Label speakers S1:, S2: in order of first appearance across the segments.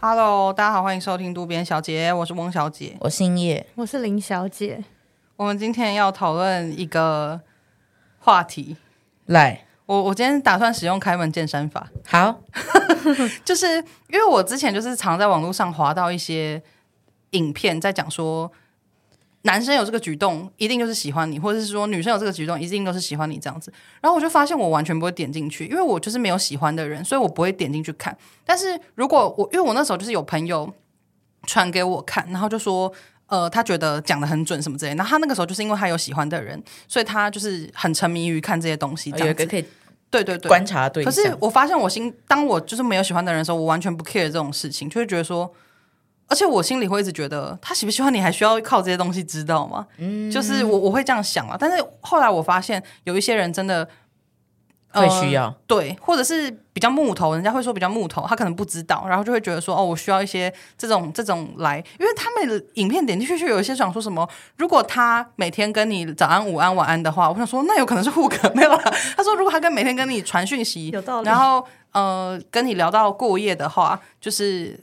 S1: Hello，大家好，欢迎收听渡边小姐，我是翁小姐。
S2: 我姓叶，
S3: 我是林小姐，
S1: 我们今天要讨论一个话题。
S2: 来，
S1: 我我今天打算使用开门见山法，
S2: 好，
S1: 就是因为我之前就是常在网络上滑到一些影片，在讲说男生有这个举动一定就是喜欢你，或者是说女生有这个举动一定都是喜欢你这样子。然后我就发现我完全不会点进去，因为我就是没有喜欢的人，所以我不会点进去看。但是如果我因为我那时候就是有朋友传给我看，然后就说。呃，他觉得讲的很准什么之类的，然后他那个时候就是因为他有喜欢的人，所以他就是很沉迷于看这些东西。这
S2: 哦有一
S1: 样
S2: 个
S1: 子，
S2: 可以
S1: 对对对，
S2: 观察对
S1: 可
S2: 象。
S1: 是我发现我心，当我就是没有喜欢的人的时候，我完全不 care 这种事情，就会觉得说，而且我心里会一直觉得他喜不喜欢你，还需要靠这些东西知道吗？嗯，就是我我会这样想啊。但是后来我发现有一些人真的。
S2: 会需要
S1: 对，或者是比较木头，人家会说比较木头，他可能不知道，然后就会觉得说哦，我需要一些这种这种来，因为他们的影片点进去就有一些想说什么，如果他每天跟你早安、午安、晚安的话，我想说那有可能是互可没有啦。他说如果他跟每天跟你传讯息，
S3: 有道理
S1: 然后呃跟你聊到过夜的话，就是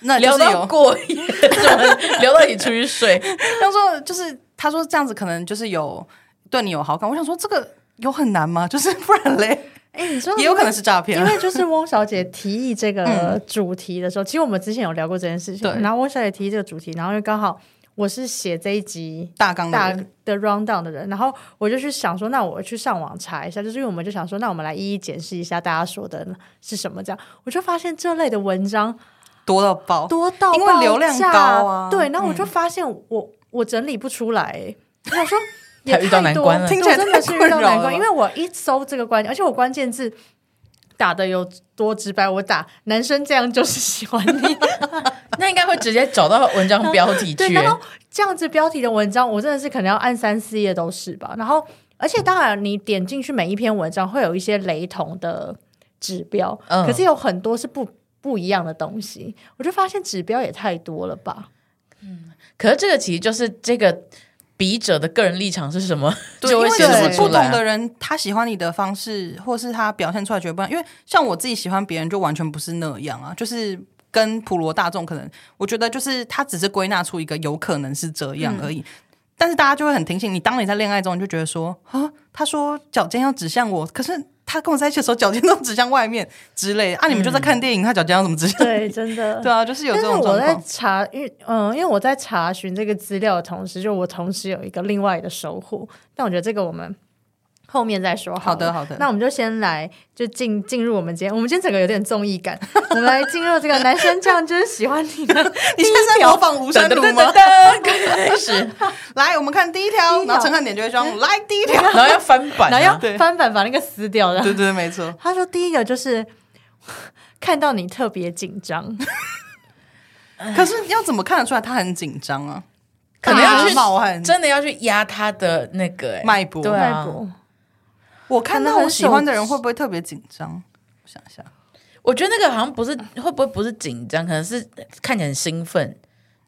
S1: 那就
S2: 聊
S1: 是
S2: 到
S1: 有，
S2: 过夜， 怎么聊到你出去睡？
S1: 他说就是他说这样子可能就是有对你有好感，我想说这个有很难吗？就是不然嘞，
S3: 哎、你说
S1: 也有可能是诈骗
S3: 因。为就是翁小姐提议这个主题的时候，其实我们之前有聊过这件事情
S1: 对。
S3: 然后翁小姐提议这个主题，然后又刚好我是写这一集
S1: 大纲的
S3: 大
S1: 人
S3: 的 round down 的人，然后我就去想说，那我去上网查一下，就是因为我们就想说，那我们来一一检视一下大家说的是什么。这样，我就发现这类的文章
S1: 多到爆，
S3: 多到
S1: 因为
S3: 爆
S1: 流量
S3: 炸
S1: 高啊
S3: 对，然后我就发现我、我整理不出来、 欸，我想说也
S2: 太遇到难关了
S3: 太
S1: 听
S3: 多
S1: 起来
S3: 对
S1: 太
S3: 真的是遇到
S1: 困扰
S3: 难
S1: 了吧
S3: 关，因为我一搜这个关，而且我关键字打的有多直白，我打男生这样就是喜 欢你，
S2: 那应该会直接找到文章标题
S3: 对，
S2: 去。
S3: 然后这样子标题的文章，我真的是可能要按三四页都是吧，然后而且当然你点进去每一篇文章会有一些雷同的指标，
S2: 嗯
S3: 可是有很多是不。不一样的东西，我就发现指标也太多了吧？
S2: 可是这个其实就是这个笔者的个人立场是什么，
S1: 对，
S2: 就会
S1: 因
S2: 显
S1: 为
S2: 示
S1: 就是
S2: 出
S1: 不
S2: 来
S1: 同
S2: 啊。
S1: 的人，他喜欢你的方式，或是他表现出来绝对不一样。因为像我自己喜欢别人，就完全不是那样啊，就是。跟普罗大众可能，我觉得就是他只是归纳出一个有可能是这样而已，
S2: 嗯
S1: 但是大家就会很听信你。当你在恋爱中，你就觉得说啊，他说脚尖要指向我，可是他跟我在一起的时候，脚尖都指向外面之类的啊。你们就在看电影，他脚尖要怎么 指向？
S3: 对，真的。
S1: 对啊，就是有这
S3: 但是
S1: 种
S3: 我
S1: 状
S3: 在
S1: 况。
S3: 查，因为嗯，因为我在查询这个资料的同时，就我同时有一个另外的收获。但我觉得这个我们后面再说
S1: 好
S3: 了
S1: 的，。好的。
S3: 那我们就先来就进进入我们今天，我们今天整个有点综艺感。 我们来进入这个男生这样就是喜欢 你的
S1: 你现在在模仿吴
S2: 噔
S1: 山
S2: 噔
S1: 路
S2: 噔
S1: 吗
S2: 噔？噔，开始，
S1: 来，我们看第一条，
S3: 第一条
S1: 然后陈汉典就会说来第一条。
S2: 然后要翻版
S3: 然后
S2: 啊，
S1: 对
S3: 要哎翻版把那个撕掉的。
S1: 对对，没错。
S3: 他说第一个就是 看到你特别紧张，
S1: 可是要怎么看得出来他很紧张啊？
S2: 可能要
S1: 大
S2: 去
S1: 冒汗
S2: 真的要去压他的那个哎
S1: 脉搏。
S2: 对啊
S3: 脉搏
S1: 我看到我喜欢的人会不会特别紧张？我想一下，
S2: 我觉得那个好像不是会不会不是紧张，可能是看起来很兴奋，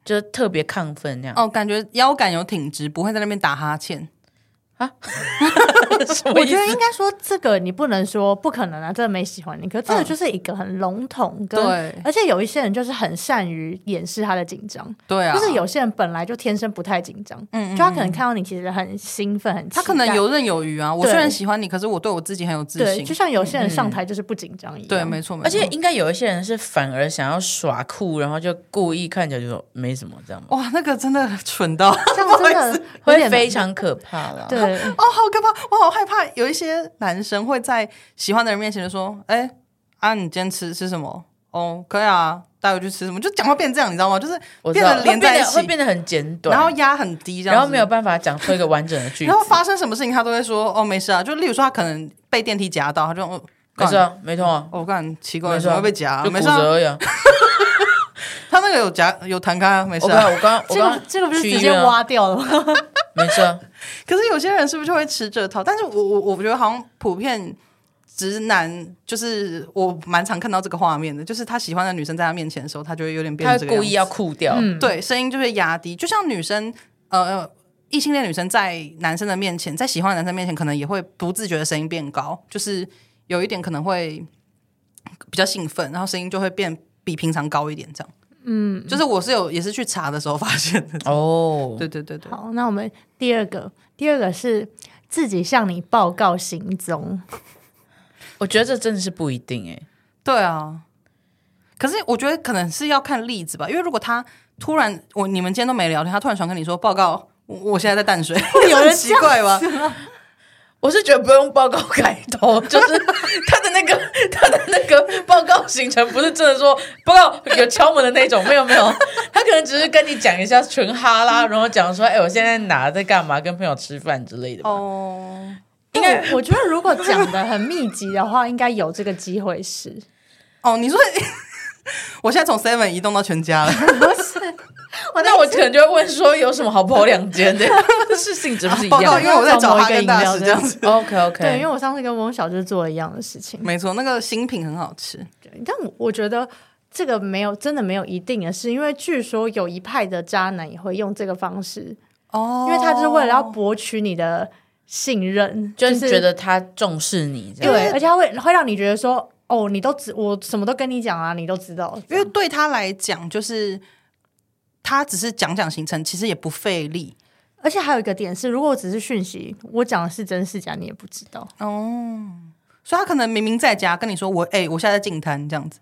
S2: 就是特别亢奋那样。
S1: 哦，感觉腰杆有挺直，不会在那边打哈欠。
S2: 什么
S3: 我
S2: 意
S3: 觉得
S2: 思？
S3: 应该说这个你不能说不可能啊，真的没喜欢你。可是这个
S1: 嗯
S3: 就是一个很笼统跟，
S1: 对
S3: 而且有一些人就是很善于掩饰他的紧张，
S1: 对啊，
S3: 就是有些人本来就天生不太紧张，
S1: 嗯，嗯嗯
S3: 就他可能看到你其实很兴奋，很期
S1: 他
S3: 待
S1: 可能游刃有余啊。我
S3: 对
S1: 虽然喜欢你，可是我对我自己很有自
S3: 对，
S1: 信啊嗯
S3: 就。像有些人上台就是不紧张一样，
S1: 对，没错，没错
S2: 而且应该有一些人是反而想要耍酷，然后就故意看起来就说没什么这样吗？
S1: 哇，那个真的蠢 到
S3: 这样真的有
S2: 会
S3: 点
S2: 非常可怕啦。
S3: 对。
S1: 哦，好可怕！ 我好害怕。有一些男生会在喜欢的人面前就说：“哎、啊，你今天吃吃什么？哦，可以啊，带我去吃什么？”就讲话变这样，你知道吗？就是
S2: 我知
S1: 变
S2: 道
S1: 得连在一起
S2: 会变得会变得很简短，
S1: 然后压很低，这样子
S2: 然后没有办法讲出一个完整的句子
S1: 然。后发生什么事情，他都会说哦没事啊。就例如说，他可能被电梯夹到，他就哦
S2: 没事、啊，没痛啊，
S1: 我干奇怪，
S2: 没事
S1: 怎么
S2: 啊，
S1: 会被夹啊？
S2: 就
S1: 没
S2: 骨
S1: 事啊，
S2: 折而已啊。
S1: 他那个有夹有弹开，啊，没事
S2: 我刚
S1: 啊。
S2: 我刚我
S3: 这个
S2: 刚
S3: 这个不是
S2: 去
S3: 直
S2: 医
S3: 接
S2: 院啊，
S3: 挖掉了吗？
S2: 没事啊，
S1: 可是有些人是不是就会吃这套？但是我我我觉得好像普遍直男就是我蛮常看到这个画面的，就是他喜欢的女生在他面前的时候，他就会有点 变
S2: 他
S1: 成这
S2: 会
S1: 个样
S2: 故
S1: 子
S2: 意要酷掉。
S3: 嗯
S1: 对声音就会压低，就像女生呃。异性恋女生在男生的面前，在喜欢的男生面前，可能也会不自觉的声音变高，就是有一点可能会比较兴奋，然后声音就会变比平常高一点，这样。嗯，就是我是有也是去查的时候发现的。
S2: 哦，
S1: 对对对对，
S3: 好，那我们第二个，第二个是自己向你报告行踪，
S2: 我觉得这真的是不一定哎、
S1: 对啊。可是我觉得可能是要看例子吧，因为如果他突然我你们今天都没聊天，他突然传跟你说报告，我我现在在淡水， 有人奇怪吧？
S2: 我是觉得不用报告开头， 就是他的那个 他的那个报告行程不是真的说报告有敲门的那种，没有没有，他可能只是跟你讲一下纯哈拉，然后讲说，哎、我现在哪在干嘛，跟朋友吃饭之类的吧。
S1: 哦，
S3: 应该我觉得如果讲的很密集的话，应该有这个机会是。
S1: 哦，你说 我现在从 Seven 移动到全 家了，
S3: 我
S2: 那我可能就会问说，有什么好跑两间的？这事情是不是一
S1: 报告，
S2: 样
S1: 因为我在找
S3: 某一
S1: 哈
S3: 个
S1: 根
S3: 饮
S1: 达
S3: 料
S1: 斯
S3: 这
S1: 这样
S3: 样
S1: 子。
S2: ？OK OK，
S3: 对，因为我上次跟翁小就是做了一样的事情，
S1: 没错，那个新品很好吃。
S3: 对但我我觉得这个没有真的没有一定的事，因为据说有一派的渣男也会用这个方式，
S1: 哦
S3: 因为他就是为了要博取你的信任，
S2: 就是觉得他重视你这样。
S3: 对，而且他会会让你觉得说，哦，你都知我什么都跟你讲啊，你都知道，
S1: 因为对他来讲，就是他只是讲讲行程，其实也不费力
S3: 而且还有一个点是，如果我只是讯息，我讲的是真是假，你也不知道。
S1: 哦。所以他可能明明在家跟你说我哎、我现在在进摊这样子，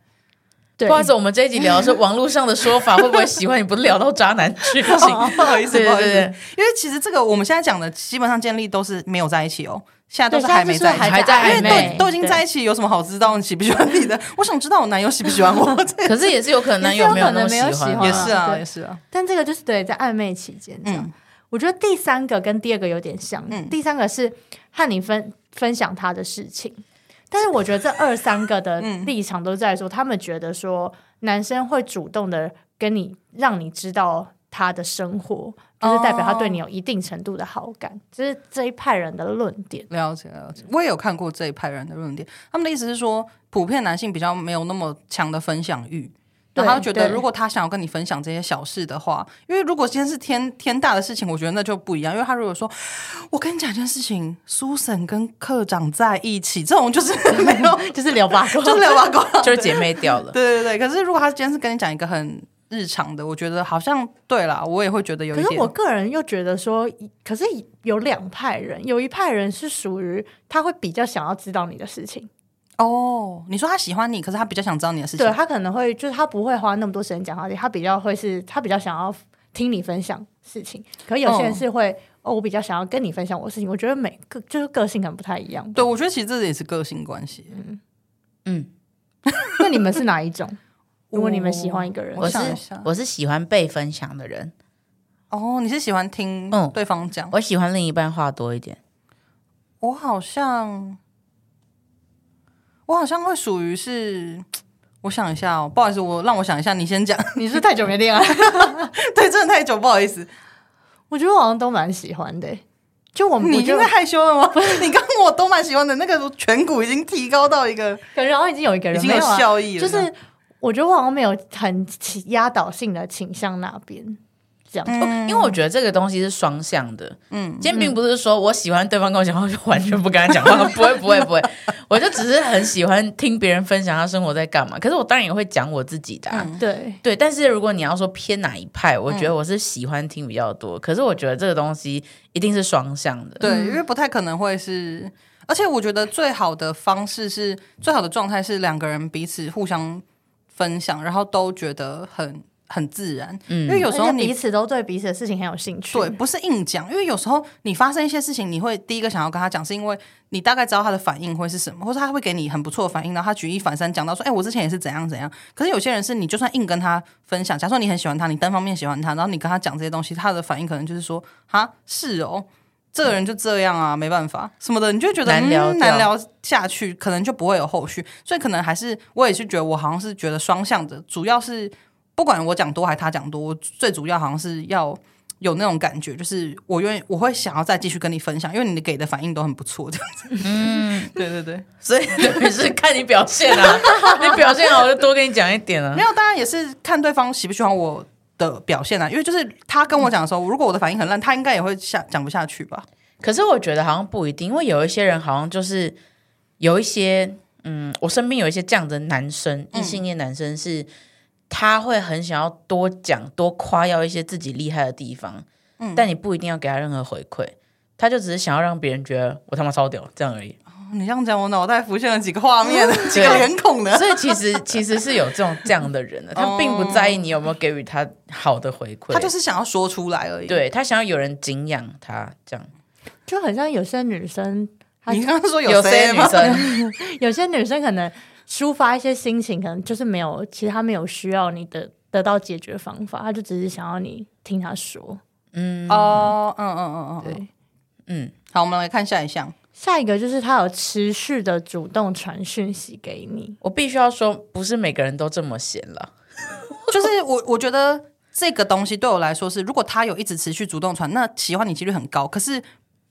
S3: 对
S2: 不好意思，我们这一集聊的是网络上的说法，会不会喜欢？你不是聊到渣男剧情？
S1: 哦不 好意思
S2: 对
S1: 不好意
S2: 对
S1: 思，
S2: 对
S1: 因为其实这个我们现在讲的基本上建立都是没有在一起哦，现在都
S3: 对，
S1: 是还没
S3: 现
S1: 在
S3: 在就是
S1: 一起，
S2: 还在
S3: 暧
S2: 因
S1: 因
S2: 为
S3: 昧
S1: 为都都已经在一起，有什么好知道你喜不喜欢你的？ 我想知道我男友喜不喜欢我， 这
S2: 可是也是有可能男友没那么
S3: 也
S2: 喜
S3: 是有可能
S2: 欢
S3: 没
S2: 嘛，
S3: 有
S1: 也
S3: 喜欢
S1: 是啊
S3: 对
S1: 也是啊，
S3: 但这个就是对在暧昧期间这样。
S1: 嗯
S3: 我觉得第三个跟第二个有点像，
S1: 嗯
S3: 第三个是和你分分享他的事情，但是我觉得这二三 个的
S1: 嗯
S3: 立场都在说，他们觉得说男生会主动的跟你让你知道他的生活，就是代表他对你有一定程度的好
S1: 哦
S3: 感，这、是这一派人的论点。
S1: 了解了解，我也有看过这一派人的论点，他们的意思是说，普遍男性比较没有那么强的分享欲。然后他就觉得，
S3: 对
S1: 如果他想要跟你分享这些小事的话，因为如果今天是天天大的事情，我觉得那就不一样。因为他如果说，我跟你讲一件事情，苏婶跟科长在一起，这种就是 没有，
S3: 就是聊八卦，
S1: 就是聊八卦。
S2: 就是姐妹掉了。
S1: 对对对，可是如果他今天是跟你讲一个很日常的，我觉得好像对啦，我也会觉得有
S3: 可
S1: 一
S3: 是
S1: 点
S3: 我个人又觉得说，可是有两派人，有一派人是属于他会比较想要知道你的事情，
S1: 哦。你说他喜欢你，可是他比较想知道你的事情
S3: 对，他可能会就是他不会花那么多时间讲话题，他比较会是他比较想要听你分享事情。可有
S1: 嗯
S3: 些人是会哦我比较想要跟你分享我的事情。我觉得每个就是个性可能不太一样。
S1: 对，，我觉得其实这也是个性关系。
S2: 嗯，
S3: 那你们是哪一种？如果你们喜欢一个人，
S1: 我
S2: 我是
S1: 想一下
S2: 我是喜欢被分享的人，
S1: 哦，你是喜欢听
S2: 嗯
S1: 对方讲？
S2: 我喜欢另一半话多一点。
S1: 我好像，我好像会属于是，我想一下哦，不好意思，我让我想一下， 你先讲。
S3: 你是太久没恋爱？
S1: 对，真的太久，不好意思。
S3: 我觉得我好像都蛮喜欢的、欸就我们，
S1: 你
S3: 我
S1: 因
S3: 就
S1: 为害羞 了吗？你刚刚我都蛮喜欢的那个颧骨已经提高到一个
S3: 感觉好像已经有一个
S1: 已
S3: 人
S1: 经
S3: 没
S1: 有
S3: 有啊
S1: 效益了，
S3: 就是我觉得我好像没有很倾压倒性的倾向那边，这样。
S1: 嗯
S2: 因为我觉得这个东西是双向的，嗯，今天并不是说我喜欢对方跟我讲话，我就完全不跟他讲话， 不会不会不会，我就只是很喜欢听别人分享他生活在干嘛。可是我当然也会讲我自己的、啊，
S1: 嗯
S3: 对，
S2: 对，但是如果你要说偏哪一派，我觉得我是喜欢听比较多。可是我觉得这个东西一定是双向的。
S1: 对，因为不太可能会是，而且我觉得最好的方式是最好的状态是两个人彼此互相分享，然后都觉得很很自然，因为有
S3: 有
S1: 时候你
S3: 彼此都对彼此的事情很有兴趣。
S1: 对，不是硬讲，因为有时候你发生一些事情，你会第一个想要跟他讲，是因为你大概知道他的反应会是什么，或者他会给你很不错的反应，然后他举一反三讲到说，哎、我之前也是怎样怎样。可是有些人是你就算硬跟他分享，假如说你很喜欢他，你单方面喜欢他，然后你跟他讲这些东西，他的反应可能就是说，哈，是哦。这个人就这样啊，没办法什么的，你就会觉得
S2: 难聊
S1: 嗯、
S2: 掉
S1: 难聊下去，可能就不会有后续，所以可能还是我也是觉得我好像是觉得双向的，主要是不管我讲多还是他讲多，我最主要好像是要有那种感觉，就是我愿意，我会想要再继续跟你分享，因为你给的反应都很不错，这样子。嗯， 对对对，
S2: 所以 等于是看你表现啊， 你表现好我就多跟你讲一点啊
S1: 没。有，当然也是看对方喜不喜欢我的表现啊，因为就是他跟我讲的时候，如果我的反应很烂，他应该也会下讲不下去吧？
S2: 可是我觉得好像不一定，因为有一些人好像就是
S1: 嗯
S2: 有一些，嗯，我身边有一些这样的男生，异性恋男生是他会很想要多讲、多夸耀一些自己厉害的地方，
S1: 嗯
S2: 但你不一定要给他任何回馈，他就只是想要让别人觉得我他妈超屌这样 而已。
S1: 哦你这样讲，我脑袋浮现了几个画面， 几个脸孔呢。
S2: 所以其实其实是有这种这样的人的，他并不在意你有没有给予他好的回馈，
S1: 哦他就是想要说出来而已。，
S2: 对他想要有人敬仰他这样。
S3: 就很像有些女生，她
S1: 你刚刚说
S2: 有
S1: 谁
S2: 些女
S1: 吗？
S2: 生，
S3: 有些女生可能抒发一些心情，可能就是没有，其实她没有需要你的得到解决方法，她就只是想要你听她说。
S2: 嗯
S1: 哦，嗯嗯嗯嗯，嗯
S3: 对，
S2: 嗯，
S1: 好，我们来看下一项。
S3: 下一个就是她有持续的主动传讯息给你，
S2: 我必须要说，不是每个人都这么闲了。
S1: 就是我我觉得这个东西对我来说是，如果他有一直持续主动传，那喜欢你几率很高。可是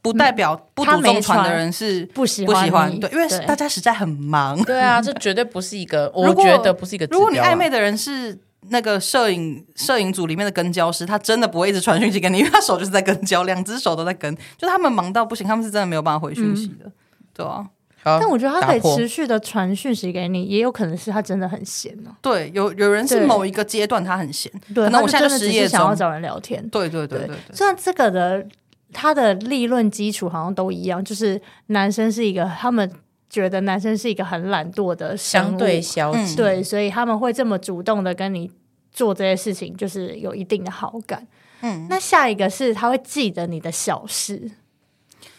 S1: 不代表不主动传的人是
S3: 不喜
S1: 不
S3: 欢你
S1: 喜欢，对，因为大
S3: 对
S1: 家实在很忙。
S2: 对啊，这绝对不是一个，我
S1: 如果
S2: 觉得不是一个指标啊。
S1: 如果你暧昧的人是那个摄影摄影组里面的跟焦师，他真的不会一直传讯息给你，因为他手就是在 跟焦，两只手都在跟，就他们忙到不行，他们是真的没有办法回讯息的，对
S2: 嗯
S1: 啊。
S2: 好，
S3: 但我觉得她可以
S2: 打破
S3: 持续的传讯息给你，也有可能是她真的很闲哦、
S1: 对，有有人是
S3: 对
S1: 某一个阶段他很闲，
S3: 对，
S1: 可能我
S3: 她
S1: 现在
S3: 就真
S1: 就失
S3: 的只
S1: 业
S3: 是想要
S1: 中。
S3: 找人聊天。
S1: 对对对
S3: 对
S1: 对对，
S3: 虽然这个的它的理论基础好像都一样，就是男生是一个他们觉得男生是一个很懒惰的生物
S2: 相对消极，
S1: 嗯
S3: 对，所以他们会这么主动的跟你做这些事情，就是有一定的好感。
S1: 嗯，
S3: 那下一个是他会记得你的小事，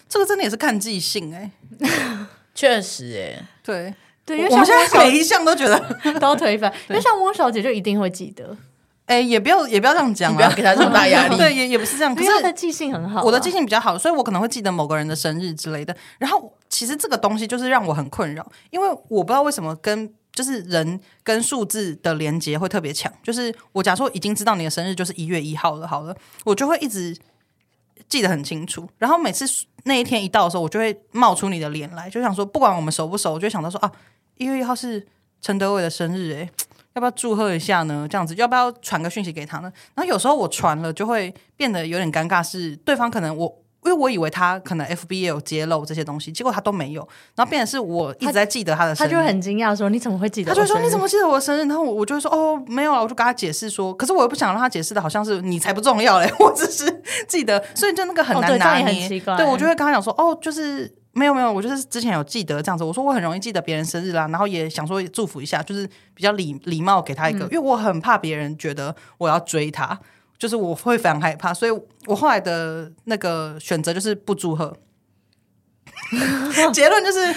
S1: 这个真的也是看记性哎、
S2: 确实哎，
S1: 对，
S3: 对，因为
S1: 我
S3: 像
S1: 们
S3: 汪
S1: 现在每
S3: 小
S1: 一项都觉得，
S3: 姐都推翻，因为像汪小姐就一定会记得，
S1: 哎、也不要也不要这样讲、啊，
S2: 你不要给他这么大压 力
S1: 对，也也不是这样，嗯
S3: 因
S1: 可
S3: 为
S1: 是
S3: 她的记性很好、啊
S1: 我的记，性比较好，所以我可能会记得某个人的生日之类的。然后其实这个东西就是让我很困扰，因为我不知道为什么跟就是人跟数字的连接会特别强。就是我假说已经知道你的生日就是一月一号了，好了，我就会一直记得很清楚。然后每次那一天一到的时候，我就会冒出你的脸来，就想说不管我们熟不熟，我就会想到说啊，一月一号是陈德伟的生日、欸，诶。要不要祝贺一下呢？这样子，要不要传个讯息给他呢？然后有时候我传了，就会变得有点尴尬，是对方可能我。因为我以为他可能 FB 也有揭露这些东西，结果他都没有，然后变成是我一直在记得他的生
S3: 她
S1: 日，
S3: 就会很惊讶说：“你怎么会记得
S1: 他
S3: 我
S1: 就
S3: 哦
S1: 会
S3: 生日？”
S1: 说你怎么记得我生日？然后我我就会说哦没有啊，我就跟他解释说，可是我又不想让他解释的好像是你才不重要嘞， 我只是记得，所以就那个很
S3: 哦
S1: 难
S3: 对这
S1: 拿
S3: 样也很
S1: 捏。
S3: 奇怪
S1: 我就会跟他讲说哦，就是没有没有，我就是之前有记得这样子，我说我很容易记得别人生日啦，然后也想说祝福一下，就是比较礼礼貌给他一
S3: 嗯
S1: 个，因为我很怕别人觉得我要追他。就是我会非常害怕，所以我后来的那个选择就是不祝 贺。结论就是，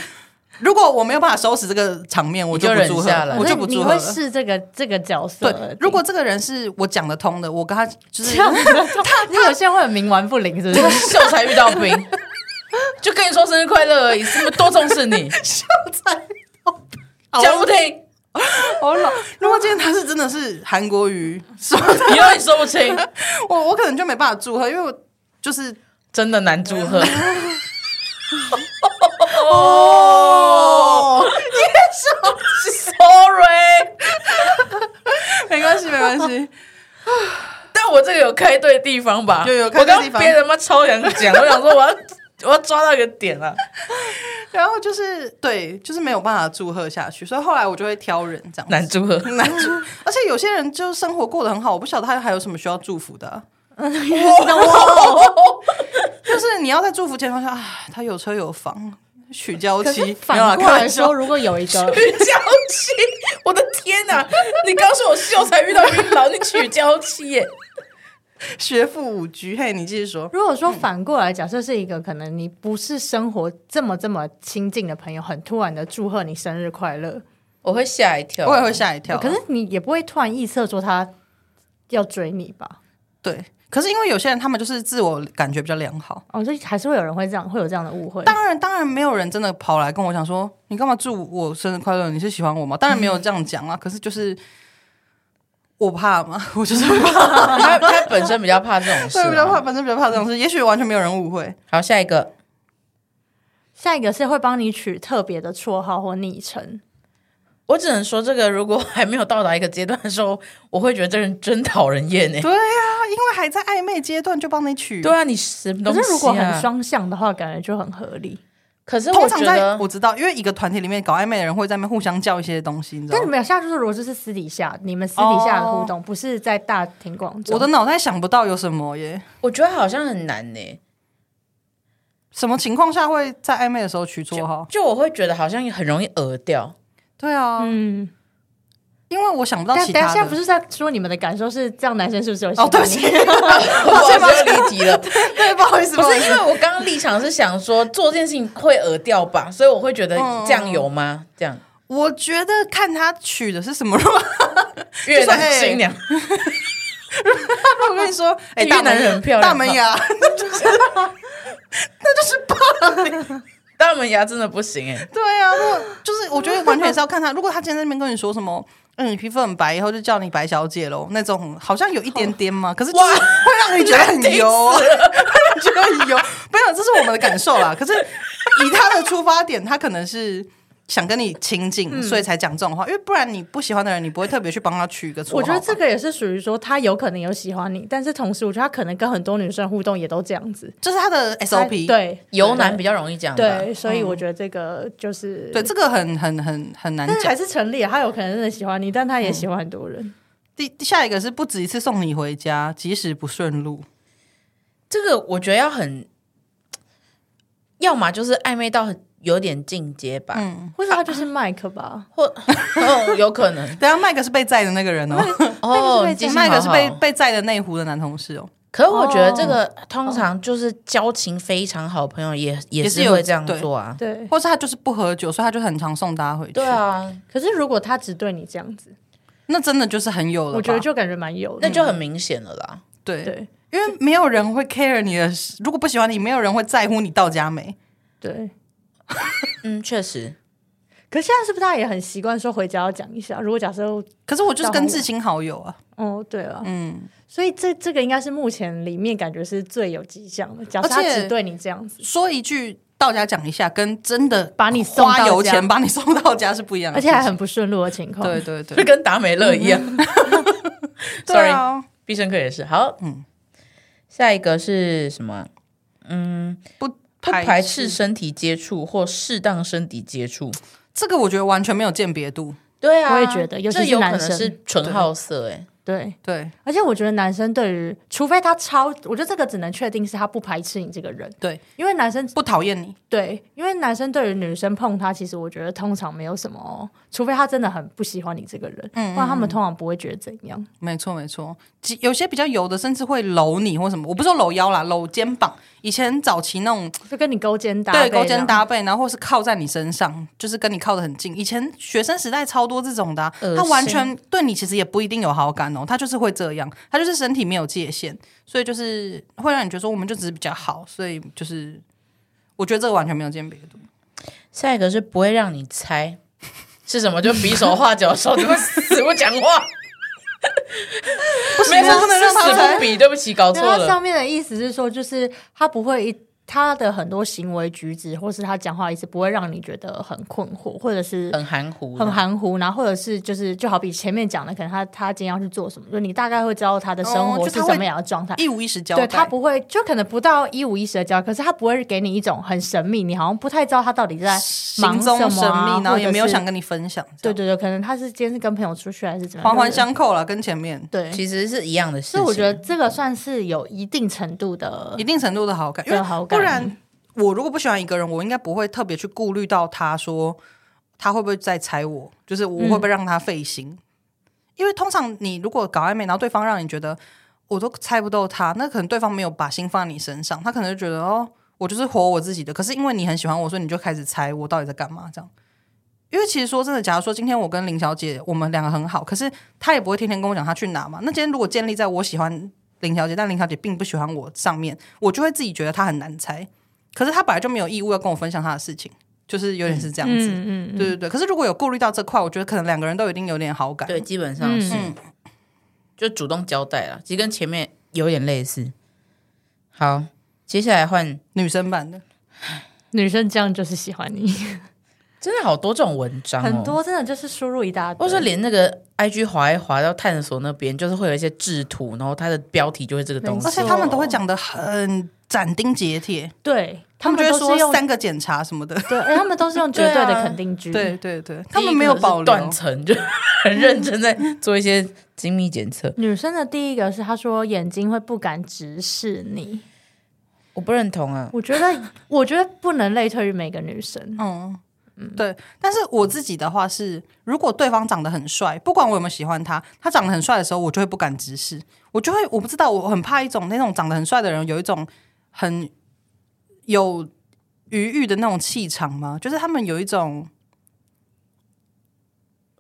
S1: 如果我没有办法收拾这个场面，我
S2: 你就
S1: 不
S2: 忍
S1: 祝贺
S2: 下来
S1: 我就不
S3: 你
S1: 祝贺
S3: 会
S1: 了。
S3: 是这个这个角色而
S1: 对
S3: 定。，
S1: 如果这个人是我讲得通的，我跟他就是
S3: 这样子的状， 他有些人会很冥顽不灵，是不是？
S2: 秀才遇到兵， 就跟你说生日快乐而已，是不是多重 视你？ 讲不听，
S1: 好老。 如果今天他是真的是韩国瑜，是 吧
S2: 你永远说不清，
S1: 我我可能就没办法祝贺，因为我就是
S2: 真的难祝贺。
S1: 哦，
S2: Sorry，
S1: 没关系没关 系，
S2: 但我这个有开对地方吧？
S1: 有有
S2: 我
S1: 开对地
S2: 刚
S1: 方
S2: 刚憋得妈超想讲，我想说我要我要抓到一个点啊了。
S1: 然后就是对，就是没有办法祝贺下去，所以后来我就会挑人这样子。
S2: 难祝贺，
S1: 很 难祝，而且有些人就生活过得很好，我不晓得他还有什么需要祝福的 啊、就是你要在祝福前方说啊，他有车有房，娶娇
S3: 可
S1: 妻
S3: 是，反
S1: 没有
S3: 过来说，
S1: 啦开玩笑
S3: 如果有一个
S2: 娶娇妻，我的天哪、你刚说我秀才遇到晕老，你娶娇妻耶？
S1: 学富五车，嘿，你继续说，
S3: 如果说反过来，假设是一个可能你不是生活这么这么亲近的朋友，很突然的祝贺你生日快乐，
S2: 我会吓一跳，
S1: 我也会吓一跳。啊
S3: 可是你也不会突然预测说他要追你吧？
S1: 对，可是因为有些人他们就是自我感觉比较良好，
S3: 哦，所以还是会有人会这样，会有这样的误会。
S1: 当然当然没有人真的跑来跟我讲说你干嘛祝我生日快乐，你是喜欢我吗？当然没有这样讲啊，可是就是。我怕嘛，我就是怕，
S2: 他他本身比较怕这种事
S1: 对，比较 怕，
S2: 啊。
S1: 本身比较怕这种事。也许完全没有人误会，
S2: 好，下一个，
S3: 下一个是会帮你取特别的绰号或昵称，
S2: 我只能说，这个如果还没有到达一个阶段的时候， 我会觉得这人真讨人厌呢。
S1: 对呀、因为还在暧昧阶段就帮你取，
S2: 对啊，你什么
S3: 可
S2: 东西、啊？
S3: 是如果很双向的话，感觉就很合理。
S2: 可是
S1: 通
S2: 我
S1: 常
S2: 觉
S1: 在
S2: 得
S1: 我知道，因为一个团体里面搞暧昧的人会在那边互相叫一些东西，你知道
S3: 但
S1: 吗
S3: 你？们有下就是如果就是私底下，你们私底下的互动，不是在大庭广众。
S1: 我的脑袋想不到有什么耶，
S2: 我觉得好像很难欸呢、
S1: 什么情况下会在暧昧的时候取绰号？
S2: 就我会觉得好像很容易 讹掉。
S1: 对啊，
S3: 嗯，
S1: 因为我想不到
S3: 但
S1: 其
S3: 等一
S1: 他
S3: 下不
S1: 的。
S3: 是在说你们的感受是这样，男生是不是有喜
S1: 哦，对
S3: 欢
S1: 不
S3: 你
S1: 起，
S2: 我好像离题了，
S1: 对，不好意思，
S2: 不
S1: 好
S2: 是
S1: 意思
S2: 因为我刚刚立场是想说做这件事情会讹掉吧，所以我会觉得
S1: 嗯
S2: 这样有吗？这样
S1: 我觉得看他取的是什么。如 果
S2: 越南
S1: 哎
S2: 新娘
S1: 我跟你说，哎、
S2: 越
S1: 大
S2: 南
S1: 门
S2: 人很漂亮
S1: 大门 牙，
S2: 大门牙真的不行哎、
S1: 对啊，我就是我觉得完全是要看他。如果他今天在那边跟你说什么，嗯，你皮肤很白，以后就叫你白小姐喽，那种好像有一点点嘛，可是就是会让你觉得很油，啊 会让你觉得很油。没有，这是我们的感受啦。可是以他的出发点，他可能是。想跟你亲近，所以才讲这种话，因为不然你不喜欢的人，你不会特别去帮他取一个绰号吧。
S3: 我觉得这个也是属于说他有可能有喜欢你，但是同时我觉得他可能跟很多女生互动也都这样子。
S1: 就是他的
S3: 他
S1: SOP，
S3: 对
S2: 油男比较容易讲吧，
S3: 对，所以我觉得这个就是
S1: 对，，这个很很很很难
S3: 但是
S1: 讲
S3: 还。是成立了。他有可能真的喜欢你，但他也喜欢很多人。
S1: 第第下一个是不止一次送你回家，即使不顺路。
S2: 这个我觉得要很，要么就是暧昧到很有点进阶吧，
S1: 嗯，
S3: 或者他就是麦克吧，
S2: 或哦有可能
S1: 等一下啊麦克是被载的那个人哦，
S2: 哦，你记性
S1: 麦克是被哦
S2: 好好
S1: 被载的内湖的男同事哦，
S2: 可是我觉得这个通常就是交情非常好的朋友也哦也
S1: 也
S2: 是
S1: 是有
S2: 会这样做啊。
S3: 对。
S1: 或是他就是不喝酒，所以他就很常送大家回去。
S2: 对，啊，
S3: 可是如果他只对你这样子，
S1: 那真的就是很有了吧。
S3: 我觉得就感觉蛮有的。
S2: 那就很明显了啦。
S1: 对，
S3: 对
S1: 因为没有人会 care 你的，如果不喜欢你，没有人会在乎你到家没。
S3: 对。
S2: 嗯，确实，
S3: 可是现在是不是大家也很习惯说回家要讲一下？如果假设
S1: 可是我就是
S3: 到
S1: 跟
S3: 我
S1: 至亲好友啊，
S3: 哦，对了，
S1: 嗯，
S3: 所以这这个应该是目前里面感觉是最有迹象的。假设
S1: 而
S3: 他
S1: 且
S3: 只对你这样子，
S1: 说一句到家讲一下，跟真的
S3: 把你送
S1: 花
S3: 到
S1: 油
S3: 家
S1: 钱把你送到家是不一样的
S3: 而
S1: 事
S3: 且
S1: 情，
S3: 还很不顺路的情况，
S1: 嗯对对
S2: 就
S1: 对，
S2: 跟达美乐一样。
S1: 对
S2: Sorry，、
S1: 啊，
S2: 必胜客也是。好，嗯，下一个是什么啊？嗯，
S1: 不
S2: 不排斥身体接触或适当身体接触。
S1: 这个，我觉得完全没有鉴别度。
S2: 对啊，
S3: 我也觉得尤其
S2: 这
S3: 是
S2: 有可
S3: 男
S2: 能
S3: 生
S2: 是纯好色哎、欸。
S3: 对。
S1: 对
S3: 而且我觉得男生对于，除非他超，我觉得这个只能确定是他不排斥你这个人，
S1: 对，
S3: 因为男生
S1: 不讨厌你，
S3: 对，因为男生对于女生碰他，其实我觉得通常没有什么，除非他真的很不喜欢你这个人，
S1: 嗯
S3: 不然他们通常不会觉得怎样。
S1: 没错，没错，几有些比较油的，甚至会搂你或什么。我不是说搂腰啦，搂肩膀。以前早期那种
S3: 就跟你勾肩搭
S1: 对
S3: 背
S1: 勾肩
S3: 这样
S1: 搭背，然后或是靠在你身上，就是跟你靠得很近。以前学生时代超多这种的啊、
S2: 恶
S1: 他完
S2: 心
S1: 全对你其实也不一定有好感哦，他就是会这样，他就是身体没有界限，所以就是会让你觉得说我们就只是比较好，所以就是我觉得这个完全没有鉴别度。
S2: 下一个是不会让你猜是什么，就比手画脚，手就会死不讲 话。
S1: 不
S2: 没
S1: 行
S2: 有，
S1: 啊，不能让他
S2: 是死
S1: 猜
S2: 不。比，对不啊起，搞错
S3: 对，他
S2: 了。
S3: 上面的意思是说，就是他不会一他的很多行为举止，或是他讲话意思，不会让你觉得很困惑，或者是
S2: 很含糊，啊
S3: 很含糊，然后或者是就是就好比前面讲的，可能他他今天要去做什么，就你大概会知道他的生
S1: 哦
S3: 活
S1: 就是他会
S3: 什么样的状态。
S1: 一五一十交代，
S3: 对他不会，就可能不到一五一十的交，可是他不会给你一种很神秘，你好像不太知道他到底在忙
S1: 行
S3: 什
S1: 踪
S3: 么、啊、
S1: 神秘，然后也没有
S3: 或者是
S1: 想跟你分享。这
S3: 对
S1: 样
S3: 对对，可能他是今天是跟朋友出去还是怎么样，
S1: 环环
S3: 就是
S1: 相扣了，跟前面
S3: 对。
S2: 其实是一样的事
S3: 所以
S2: 情。
S3: 我觉得这个算是有一定程度的
S1: 一定程度的好感，因为
S3: 的好感
S1: 不然我如果不喜欢一个人，我应该不会特别去顾虑到他说他会不会再猜我，就是我会不会让他费心。
S3: 嗯
S1: 因为通常你如果搞暧昧，然后对方让你觉得我都猜不透他，那可能对方没有把心放在你身上，他可能就觉得哦，我就是活我自己的。可是因为你很喜欢我，所以你就开始猜我到底在干嘛这样。因为其实说真的，假如说今天我跟林小姐我们两个很好，可是她也不会天天跟我讲她去哪嘛。那今天如果建立在我喜欢林小姐，但林小姐并不喜欢我上面，我就会自己觉得她很难猜。可是她本来就没有义务要跟我分享她的事情，就是有点是这样子。
S3: 嗯
S1: 对对对，可是如果有顾虑到这块，我觉得可能两个人都已经有点好感。
S2: 对，，基本上是、嗯就主动交代了，其实跟前面有点类似。好，接下来换，
S1: 女生版的，
S3: 女生这样就是喜欢你，
S2: 真的好多这种文章、哦，
S3: 很，多真的就是输入一大堆，
S2: 或者说连那个 IG 滑一滑到探索那边，就是会有一些制图，然后它的标题就会这个东
S3: 没
S2: 西
S1: 而
S3: 错。
S1: 且他们都会讲的很斩钉截铁。
S3: 对，
S1: 他们
S3: 们
S1: 就会
S3: 都
S1: 说
S3: 是用
S1: 三个检查什 么的。
S3: 对，他们都是用绝
S2: 对
S3: 对的
S2: 啊
S3: 肯定句。
S1: 对对对，他们没有保留。
S2: 断层，就 很认真在做一些精密 检测。
S3: 女生的第一个是她说眼睛会不敢直视你，
S2: 我不认同啊，
S3: 我觉得 我觉得不能类推于每个女生。
S1: 嗯，对。但是我自己的话是，如果对方长得很帅，不管我有没有喜欢他，他长得很帅的时候，我就会不敢直视，我就会我不知道，我很怕一种那种长得很帅的人有一种很有余裕的那种气场吗？就是他们有一种。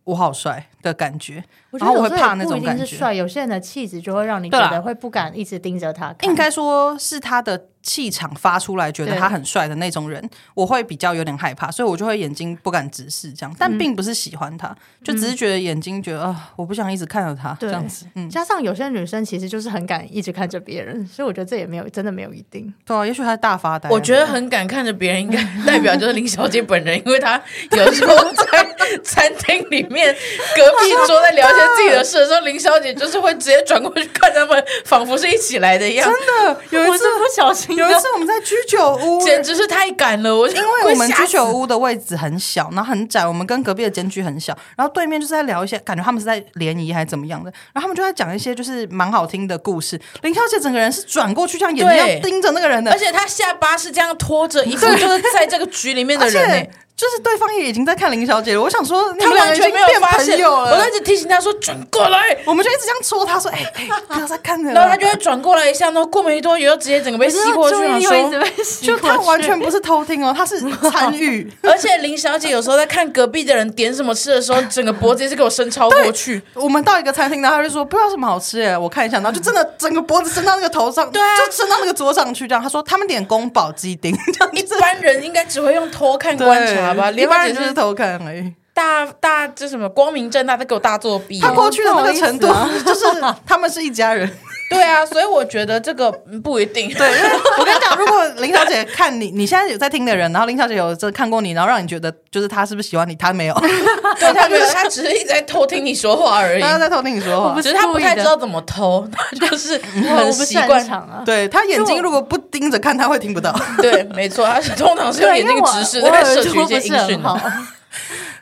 S1: 我好帅的感觉，
S3: 我觉
S1: 然后
S3: 得
S1: 哦我会
S3: 有时候
S1: 怕
S3: 也
S1: 那
S3: 不
S1: 种
S3: 一
S1: 感
S3: 定是
S1: 觉
S3: 帅，有些人的气质就会让你
S1: 对
S3: 觉
S1: 啦
S3: 得会不敢一直盯着他看。
S1: 应该说是他的气场发出来，觉得
S3: 对
S1: 他很帅的那种人，我会比较有点害怕，所以我就会眼睛不敢直视这样，
S2: 嗯
S1: 但并不是喜欢他，就只是觉得眼睛觉得啊、我不想一直看着他
S3: 对
S1: 这样子，嗯，
S3: 加上有些女生其实就是很敢一直看着别人，所以我觉得这也没有真的没有一定。
S1: 对啊，也许他大发呆啊，
S2: 我觉得很敢看着别人，应该代表就是林小姐本人，因为她有时候在餐厅里面隔壁桌在聊一些自己的事的时候，林小姐就是会直接转过去看他们，仿佛是一起来的一样，
S1: 真的有一
S3: 我
S1: 次
S3: 是，不小心
S1: 有一
S3: 的
S1: 次我们在居酒 屋。
S2: 啊简直是太敢了。我因
S1: 因为我们居酒屋的位置很小，然后很窄，我们跟隔壁的间距很小，然后对面就是在聊一些，感觉他们是在联谊还是怎么样的，然后他们就在讲一些就是蛮好听的故事。林小姐整个人是转过去，这样眼睛
S2: 对
S1: 要盯着那个人的
S2: 而，且她下巴是这样拖着，一副就是在这个局里面 的
S1: 而
S2: 人、
S1: 且
S2: 欸。
S1: 就是对方也已经在看林小姐了，我想说你
S2: 她
S1: 们两
S2: 完
S1: 个已
S2: 全
S1: 经
S2: 没有
S1: 变
S2: 发
S1: 朋
S2: 现，
S1: 友
S2: 我都
S1: 了啊
S2: 一，直提醒她说转过来，
S1: 我们就一直这样戳他说，哎、哎、不要再看了。
S2: 然后她就会转过来一下，然后过没多久就直接整个被吸过去，
S3: 注
S2: 想
S3: 意力
S2: 说
S3: 会一直被吸
S1: 就
S3: 过去，
S1: 他完全不是偷听哦，他是参与。
S2: 而且林小姐有时候在看隔壁的人点什么吃的时候，整个脖子也是给我伸超过去。
S1: 我们到一个餐厅，然后他就说不知道什么好吃欸耶，我看一下，然后就真的整个脖子伸到那个头上，对
S2: 啊
S1: 就伸到那个桌上去这样。他说他们点宫保鸡丁，这样
S2: 一般人应该只会用偷看观察吧，
S1: 对一
S2: 林
S1: 般
S2: 小姐
S1: 人就是是偷看而已。
S2: 大大这什么光明正大在给我大作弊、
S1: 他过去的那个程度
S3: 不好，
S1: 就是他们是一家人。
S2: 对啊，所以我觉得这个嗯不一定。
S1: 对，因为 我跟你讲，如果林小姐看你，你现在有在听的人，然后林小姐有这看过你，然后让你觉得就是她是不是喜欢你，她没有，
S2: 对，他没有，他只是一直在偷听你说话而已
S1: 她，在偷听你说话
S3: 不。
S2: 只是他不太
S3: 故意的
S2: 知道怎么偷， 他就是
S3: 我
S2: 很
S3: 不
S2: 习
S3: 擅
S2: 惯。
S3: 长啊。
S1: 对她眼睛如果不盯着看，她会听不到。
S2: 对，没错，他是通常是用
S3: 对，
S2: 眼
S3: 因为
S2: 睛
S3: 我
S2: 直视
S3: 我
S2: 在
S3: 耳
S2: 摄
S3: 朵
S2: 取一
S3: 不
S2: 些
S3: 是
S2: 音讯
S3: 很
S2: 的，
S3: 好。
S1: 耳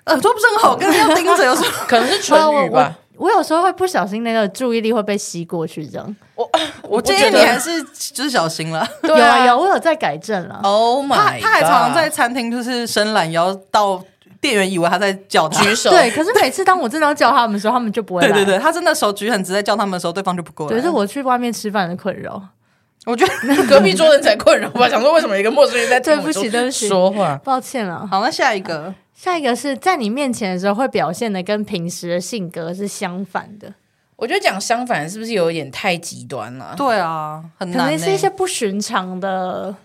S1: 呃朵不是很好，跟要盯着有时候。
S2: 可能是
S3: 啊
S2: 唇
S3: 我
S2: 语吧。
S3: 我有时候会不小心，那个注意力会被吸过去，这样。
S2: 我
S1: 我
S2: 不
S1: 建
S2: 觉
S1: 议
S2: 得
S1: 你还是就是小心了。
S2: 对
S3: 有啊
S2: 啊
S3: 有，我有在改正了。
S2: Oh my，
S1: 她她还
S2: God
S1: 常常在餐厅就是伸懒腰到店员以为她在叫她。
S2: 举手，
S3: 啊对，可是每次当我真的要叫他们的时候，他们就不会
S1: 对
S3: 来。
S1: 对对，她真的手举很直，在叫他们的时候，对方就不过来。
S3: 对，这是我去外面吃饭的困扰。
S1: 我觉得。
S2: 隔壁桌的人才困扰吧？想说为什么有一个陌生人在听
S3: 对不起
S2: 我们
S3: 对不起
S2: 说话？
S3: 抱歉了
S1: 好，那下一个，
S3: 下一个是在你面前的时候会表现的跟平时的性格是相反的，
S2: 我觉得讲相反是不是有点太极端了？
S1: 对啊，很
S3: 可
S1: 难
S3: 能
S1: 欸。
S3: 是一些不寻常的。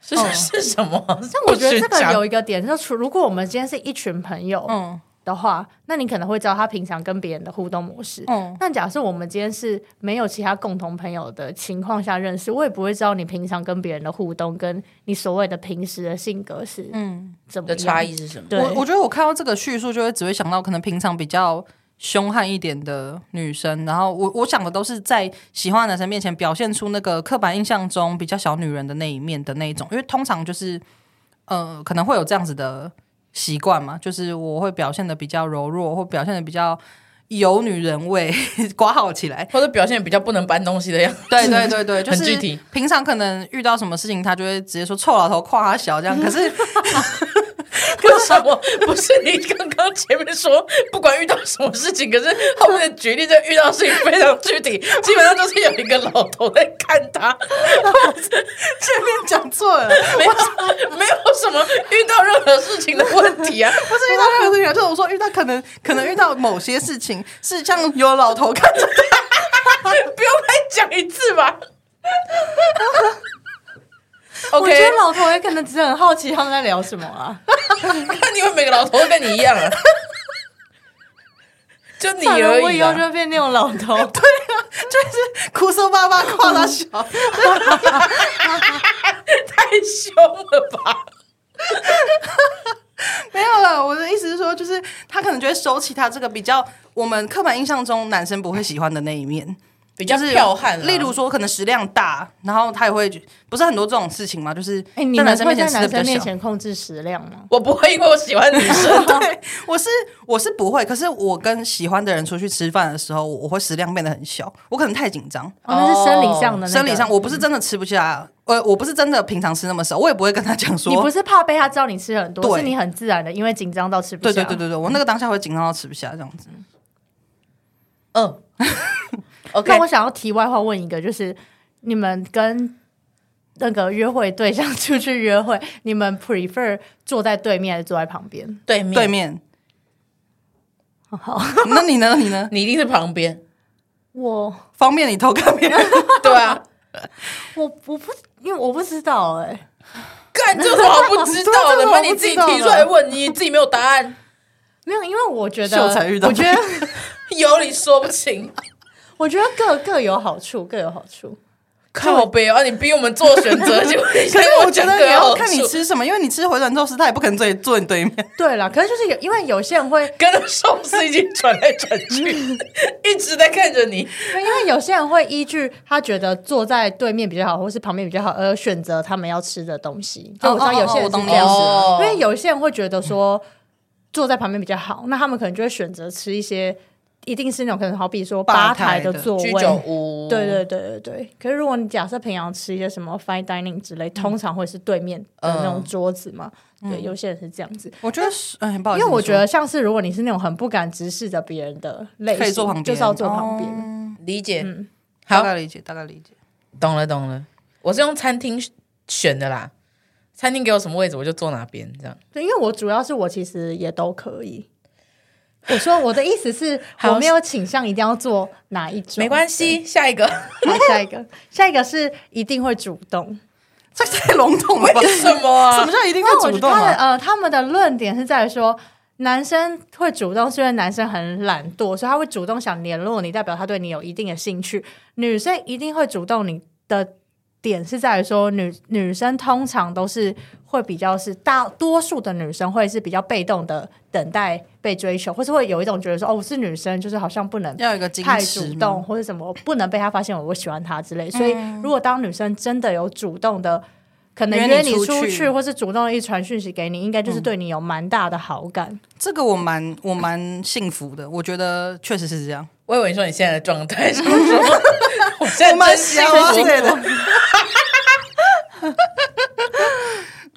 S2: 是是什么？
S3: 哦但我觉得这
S2: 不
S3: 个
S2: 许讲
S3: 有一个点，就是除如果我们今天是一群朋友
S1: 嗯
S3: 的话，那你可能会知道他平常跟别人的互动模式。
S1: 嗯，
S3: 但假设我们今天是没有其他共同朋友的情况下认识，我也不会知道你平常跟别人的互动，跟你所谓的平时的性格是
S1: 嗯
S3: 怎么
S2: 的
S3: 样
S2: 差。异是什么？
S3: 对，
S1: 我我觉得我看到这个叙述，就会只会想到可能平常比较凶悍一点的女生，然后我我想的都是在喜欢的男生面前表现出那个刻板印象中比较小女人的那一面的那一种，因为通常就是呃可能会有这样子的习惯嘛，就是我会表现的比较柔弱，或表现的比较有女人味， 挂号起来，
S2: 或者表现比较不能搬东西的样子，
S1: 对对对 对，就
S2: 很具
S1: 是
S2: 体
S1: 平常可能遇到什么事情，他就会直接说臭老头胯他小这样，可是。
S2: 为什么？ 不是你刚刚前面说，不管遇到什么事情，可是后面的举例就遇到事情非常具 体，基本上就是有一个老头在看他，
S1: 前面讲错了，
S2: 没有没有什么遇到任何事情的问题 啊。
S1: 不是遇到任何事情，就是我说遇到可能可能遇到某些事情是像有老头看着他，
S2: 不用再讲一次吧。
S3: 我觉
S2: OK，
S3: 得老头也可能只是很好奇他们在聊什么 啊。
S2: 那你们每个老头都跟你一样 啊？就你
S3: 算了
S2: 而
S3: 我
S2: 已啊
S3: 以后就
S2: 啦。
S3: 会变那种老头。
S1: 就是哭涩巴巴夸他 小，
S2: 太凶了吧？
S1: 没有了。我的意思是说，就是他可能就会收起他这个比较我们刻板印象中男生不会喜欢的那一面。
S2: 比较
S1: 就是
S2: 剽
S3: 啊
S2: 悍啦。啊
S1: 例如说，可能食量大，然后他也会不是很多这种事情嘛，就是
S3: 哎、你
S1: 在
S3: 们
S1: 男生
S3: 会
S1: 面
S3: 在
S1: 前吃的
S3: 男
S1: 比较
S3: 生面
S1: 小。
S3: 前控制食量吗？
S2: 我不会因为我喜欢女 生，
S1: 对，我是我是不会，可是我跟喜欢的人出去吃饭的时候，我我会食量变得很小，我可能太紧张，
S3: 哦，那是生理上的、那个
S1: 生理上我不是真的吃不下，呃，我不是真的平常吃那么少，我也不会跟他讲
S3: 你不
S1: 说，
S3: 是怕被他知道你吃很多，
S1: 对
S3: 是你很自然的，因为紧张到吃不
S1: 对
S3: 下。
S1: 对对对对，我那个当下会紧张到吃不下这样子。
S2: 嗯，OK，
S3: 那我想要题外话问一个，就是你们跟那个约会对象出去约会，你们 prefer 坐在对面还是坐在旁边？
S2: 对面
S1: 对，面，好，那你呢？你呢？
S2: 你一定是旁 边，
S3: 我
S1: 方便你偷看别人？
S2: 对啊，
S3: 我我不，因为我不知道哎、
S2: 干这有什么好不知道
S3: 对这有什
S2: 的？
S3: 么
S2: 把
S3: 好不知道的
S2: 你自己提出来问，你自己没有答案，
S3: 没有，因为我觉得
S1: 秀才遇到
S3: 我觉得
S2: 有理说不 清，
S3: 我觉得各各有好处，各有好处。
S2: 靠背啊！你逼我们做选择，就可
S1: 可是我觉得也要看你
S2: 吃，
S1: 吃什么，因为你吃回转寿司，他也不可能坐你坐你对面。
S3: 对啦，可是就是有，因为有些人会，
S2: 跟着寿司一起转来转 去，一直在看着你。
S3: 因为有些人会依据他觉得坐在对面比较好，或是旁边比较好，而选择他们要吃的东西。就我知道有
S1: 哦哦哦
S3: 些
S1: 我
S3: 人
S1: 懂
S3: 是
S1: 你
S3: 这样子，
S2: 哦
S3: 因为有些人会觉得说坐在旁边比较好，那他们可能就会选择吃一些，一定是那种可能好比说吧
S1: 吧
S3: 台
S1: 台
S3: 的
S1: 的
S3: 座
S2: 居酒
S3: 位。
S2: 屋，
S3: 对对对对对，可是如果你假设平常吃一些什么 fine dining 之类，通常会是对面的那种桌子嘛。对，有些人是这样子，
S1: 我觉得是，哎，不好意
S3: 因
S1: 思，
S3: 为嗯我觉
S1: 你
S3: 得像是如果你是那种很不敢直视着别人的类型，
S1: 可以坐旁边
S3: 就是要坐旁边。哦
S2: 理解。
S3: 嗯
S1: 说大
S2: 好，
S1: 概理解，大概理解。
S2: 懂了懂了。我是用餐厅选的啦，餐厅给我什么位置我就坐哪边，这样。，
S3: 对，因为我主要是我其实也都可以。我说我的意思 是
S2: 好
S3: 我没有倾向一定要做哪一种，
S2: 没关系，下一个
S3: 对。好，下一个，下一个是一定会主动。
S1: 这太笼统了吧？
S2: 什么啊
S1: 什么叫一定
S3: 因
S1: 会
S3: 为我
S1: 主
S3: 觉得
S1: 动
S3: 他的
S1: 啊？
S3: 呃，他们的论点是在于说，男生会主动是因为男生很懒惰，所以他会主动想联络你，代表他对你有一定的兴趣。女生一定会主动你的点是在于说，女女生通常都是会比较是大多数的女生会是比较被动的等待被追求，或是会有一种觉得说，哦，我是女生，就是好像不能
S1: 要有一个矜
S3: 太
S1: 持
S3: 主
S1: 吗嗯
S3: 动，或者什么，不能被他发现我我喜欢他之类。所以，如果当女生真的有主动的，可能
S1: 约
S3: 约
S1: 你
S3: 你
S1: 出
S3: 出
S1: 去嗯
S3: 去，或是主动一传讯息给你，应该就是对你有蛮大的好感。
S1: 这个我蛮我蛮幸福的，我觉得确实是这样。
S2: 我以为你说你现在的状态是什么？ 我现在
S1: 我
S2: 真幸
S1: 蛮幸
S2: 福
S1: 福的。